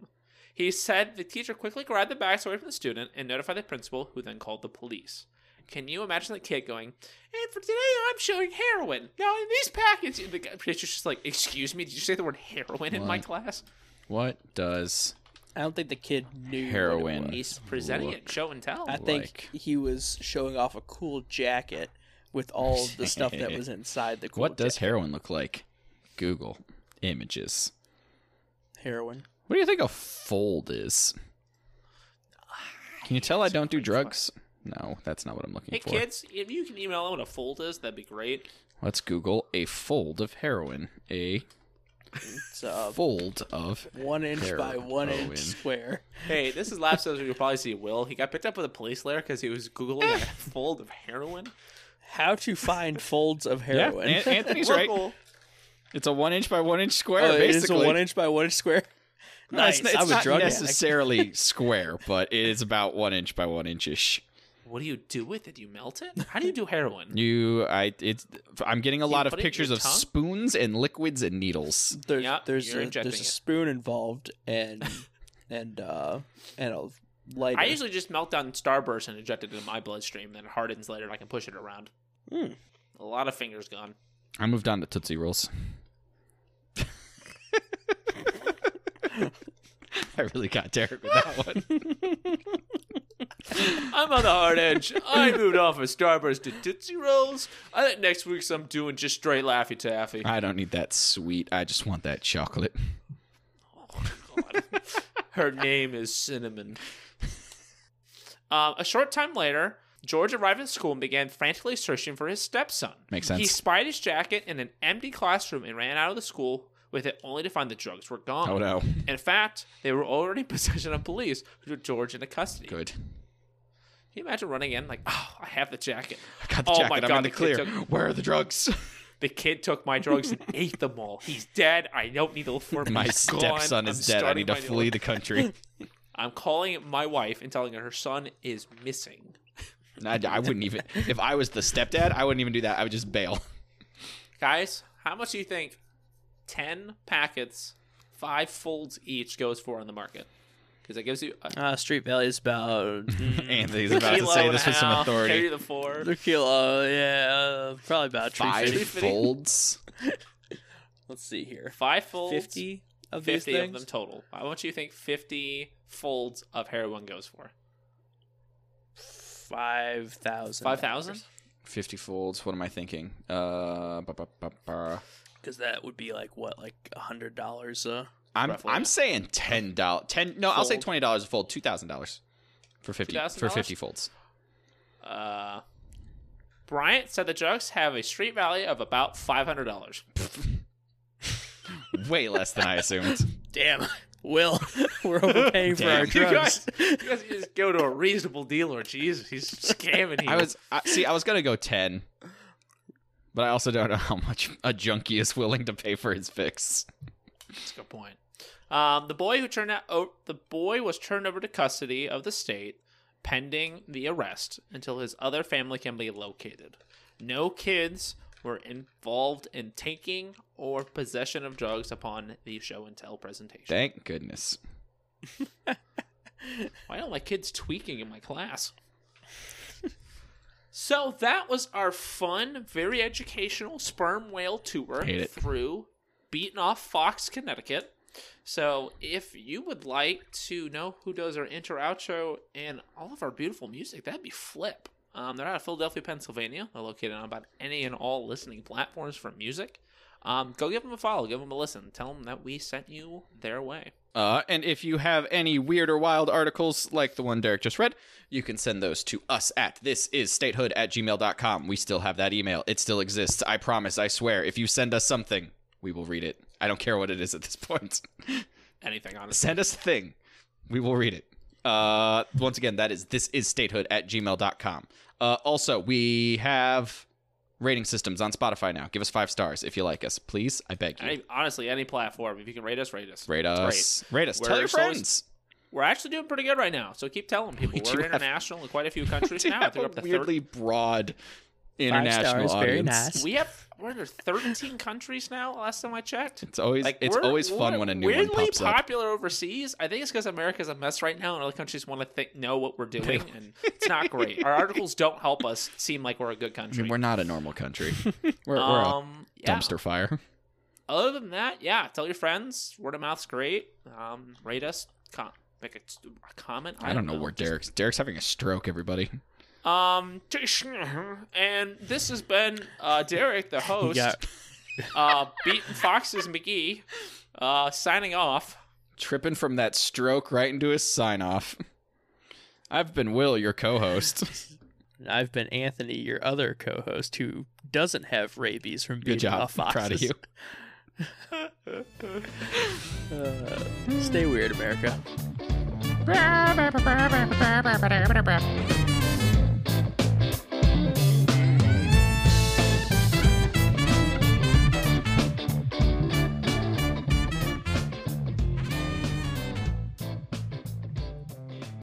Speaker 2: He said the teacher quickly grabbed the bags away from the student and notified the principal, who then called the police. Can you imagine the kid going, and for today I'm showing heroin. Now in these packets, and the guy- teacher's just like, excuse me, did you say the word heroin in my
Speaker 1: What?
Speaker 2: class?
Speaker 1: what does
Speaker 3: I don't think the kid knew what it
Speaker 1: Heroin.
Speaker 3: was.
Speaker 2: He's presenting it,
Speaker 1: Look.
Speaker 2: show and tell.
Speaker 3: I think he was showing off a cool jacket with all of the stuff that was inside the cool
Speaker 1: what does
Speaker 3: jacket.
Speaker 1: heroin look like? Google images.
Speaker 3: heroin?
Speaker 1: What do you think a fold is? Can you tell I don't do drugs? No, that's not what I'm looking
Speaker 2: Hey
Speaker 1: for.
Speaker 2: kids, if you can email them what a fold is, that'd be great.
Speaker 1: Let's Google a fold of heroin. A
Speaker 3: It's uh,
Speaker 1: fold of
Speaker 3: one inch by
Speaker 1: heroin.
Speaker 3: one inch square.
Speaker 2: Hey, this is last episode. You'll probably see Will. He got picked up with a police layer because he was googling a fold of heroin.
Speaker 3: How to find folds of
Speaker 1: Yeah,
Speaker 3: heroin?
Speaker 1: An- Anthony's right.
Speaker 2: Local-
Speaker 1: It's a one inch by one inch square,
Speaker 3: Oh, it is a
Speaker 1: basically.
Speaker 3: one inch by one inch square.
Speaker 1: No, it's,
Speaker 3: Nice.
Speaker 1: it's
Speaker 3: I'm a
Speaker 1: not
Speaker 3: drug addict.
Speaker 1: necessarily square, but it is about one inch by one inch ish.
Speaker 2: What do you do with it? You melt it? How do you do heroin?
Speaker 1: You, I, it's. I'm getting a
Speaker 2: You
Speaker 1: lot of
Speaker 2: put it in your
Speaker 1: pictures of
Speaker 2: tongue?
Speaker 1: spoons and liquids and needles.
Speaker 3: There's
Speaker 2: Yeah,
Speaker 3: there's
Speaker 2: you're
Speaker 3: a,
Speaker 2: injecting
Speaker 3: there's a
Speaker 2: it.
Speaker 3: spoon involved and and uh and a lighter.
Speaker 2: I usually just melt down Starburst and inject it into my bloodstream, then it hardens later and I can push it around.
Speaker 3: Hmm.
Speaker 2: A lot of fingers gone.
Speaker 1: I moved on to Tootsie Rolls. I really got Derek with that one.
Speaker 2: I'm on the hard edge. I moved off of Starburst to Tootsie Rolls. I think next week's I'm doing just straight Laffy Taffy.
Speaker 1: I don't need that sweet. I just want that chocolate.
Speaker 2: Her name is Cinnamon. Um, a short time later, George arrived at school and began frantically searching for his stepson.
Speaker 1: Makes sense.
Speaker 2: He spied his jacket in an empty classroom and ran out of the school with it only to find the drugs were gone.
Speaker 1: Oh no.
Speaker 2: In fact, they were already in possession of police who took George into custody.
Speaker 1: Good.
Speaker 2: Can you imagine running in like, oh, I have the jacket.
Speaker 1: I got the
Speaker 2: Oh
Speaker 1: jacket.
Speaker 2: my
Speaker 1: I'm
Speaker 2: God,
Speaker 1: in the
Speaker 2: the kid
Speaker 1: clear. Where are the drugs?
Speaker 2: The kid took my drugs and ate them all. He's dead. I don't need to look for him.
Speaker 1: my
Speaker 2: He's gone.
Speaker 1: stepson
Speaker 2: I'm
Speaker 1: is dead. I
Speaker 2: starting
Speaker 1: need to
Speaker 2: my new
Speaker 1: flee
Speaker 2: life.
Speaker 1: the country.
Speaker 2: I'm calling my wife and telling her her son is missing.
Speaker 1: I, I wouldn't even. If I was the stepdad, I wouldn't even do that. I would just bail.
Speaker 2: Guys, how much do you think 10 packets, five folds each, goes for on the market? Because that gives you a
Speaker 3: uh, street value is about
Speaker 1: Anthony's about to
Speaker 2: Mm. kilo
Speaker 1: say
Speaker 2: and
Speaker 1: this
Speaker 2: a
Speaker 1: with some
Speaker 2: half, Carry
Speaker 1: authority.
Speaker 2: the four.
Speaker 3: a kilo. Yeah, uh, probably about three
Speaker 1: Five
Speaker 3: fifty.
Speaker 2: fitting.
Speaker 1: folds.
Speaker 3: Let's see here.
Speaker 2: Five folds.
Speaker 3: Fifty of these
Speaker 2: 50 of
Speaker 3: things.
Speaker 2: them total. I want you to think 50 folds of heroin goes for.
Speaker 3: Five thousand.
Speaker 2: 5,000?
Speaker 1: Fifty folds. What am I thinking? Uh, ba, ba, ba, ba.
Speaker 3: Because that would be like what, like a hundred dollars. Uh,
Speaker 1: I'm
Speaker 2: Roughly,
Speaker 1: I'm
Speaker 2: yeah.
Speaker 1: saying ten dollars. Ten. No, I'll say
Speaker 2: Fold.
Speaker 1: twenty dollars a fold. Two thousand dollars for fifty for
Speaker 2: $2,000?
Speaker 1: fifty folds.
Speaker 2: Uh, Bryant said the drugs have a street value of about $500.
Speaker 1: Way less than I assumed.
Speaker 3: damn. Will, we're overpaying for our
Speaker 1: Damn.
Speaker 2: you guys,
Speaker 3: drugs.
Speaker 2: you guys just go to a reasonable dealer. Jeez, he's scamming you.
Speaker 1: I was I, see. I was gonna go ten, but I also don't know how much a junkie is willing to pay for his fix.
Speaker 2: That's a good point. Um, the boy who turned out, oh, the boy was turned over to custody of the state, pending the arrest until his other family can be located. No kids were involved in taking or possession of drugs upon the show and tell presentation.
Speaker 1: Thank goodness.
Speaker 2: Why don't my kids tweaking in my class? so that was our fun, very educational sperm whale tour
Speaker 1: Hate it.
Speaker 2: through Beaten Off Fox, Connecticut. So if you would like to know who does our intro, outro, and all of our beautiful music, that'd be Flip. Um, they're out of Philadelphia, Pennsylvania. They're located on about any and all listening platforms for music. Um, go give them a follow, give them a listen, tell them that we sent you their way.
Speaker 1: Uh, and if you have any weird or wild articles like the one Derek just read, you can send those to us at this is statehood at gmail.com. We still have that email. It still exists. I promise, I swear. If you send us something, we will read it. I don't care what it is at this point.
Speaker 2: Anything, honestly.
Speaker 1: send us a thing. We will read it. Uh, once again, that is this is statehood at gmail.com. Uh, also, we have rating systems on Spotify now. Give us five stars if you like us, please. I beg you.
Speaker 2: Any, honestly, any platform. If you can rate us, rate us.
Speaker 1: rate
Speaker 2: It's great.
Speaker 1: us. Rate us.
Speaker 2: We're
Speaker 1: Tell your
Speaker 2: so-
Speaker 1: friends.
Speaker 2: We're actually doing pretty good right now, so keep telling people.
Speaker 1: We
Speaker 2: We
Speaker 1: do
Speaker 2: are
Speaker 1: have-
Speaker 2: international in quite a few countries
Speaker 1: We
Speaker 2: now. I
Speaker 1: have
Speaker 2: think
Speaker 1: a
Speaker 2: we're up to
Speaker 1: weirdly broad international
Speaker 3: stars,
Speaker 1: audience.
Speaker 3: very nice.
Speaker 2: 30. We have we're under 13 countries now. Last time I checked.
Speaker 1: It's always
Speaker 2: Like
Speaker 1: it's
Speaker 2: we're-
Speaker 1: always fun
Speaker 2: we're
Speaker 1: when a new one
Speaker 2: weirdly
Speaker 1: pops up.
Speaker 2: popular overseas. I think it's because America's a mess right now, and other countries want to think, know what we're doing, and it's not great. Our articles don't help us seem like we're a good
Speaker 1: I
Speaker 2: country.
Speaker 1: mean, we're not a normal country. We're, we're a
Speaker 2: um, yeah.
Speaker 1: dumpster fire.
Speaker 2: Other than that, yeah, tell your friends. Word of mouth's great. Um, rate us. Com- make a, a comment.
Speaker 1: I don't know where
Speaker 2: Just
Speaker 1: Derek's. Derek's having a stroke. Everybody.
Speaker 2: Um, and this has been uh, Derek, the host,
Speaker 3: Yeah.
Speaker 2: uh, Beaten Foxes McGee, uh, signing off.
Speaker 1: tripping from that stroke right into his sign off. I've been Will, your co host.
Speaker 3: I've been Anthony, your other co-host, who doesn't have rabies from beating
Speaker 1: Good job.
Speaker 3: off
Speaker 1: I'm
Speaker 3: foxes.
Speaker 1: proud of you.
Speaker 3: Stay weird, America. Uh,
Speaker 5: Blah, blah, blah, blah, blah, blah, blah, blah, blah, blah.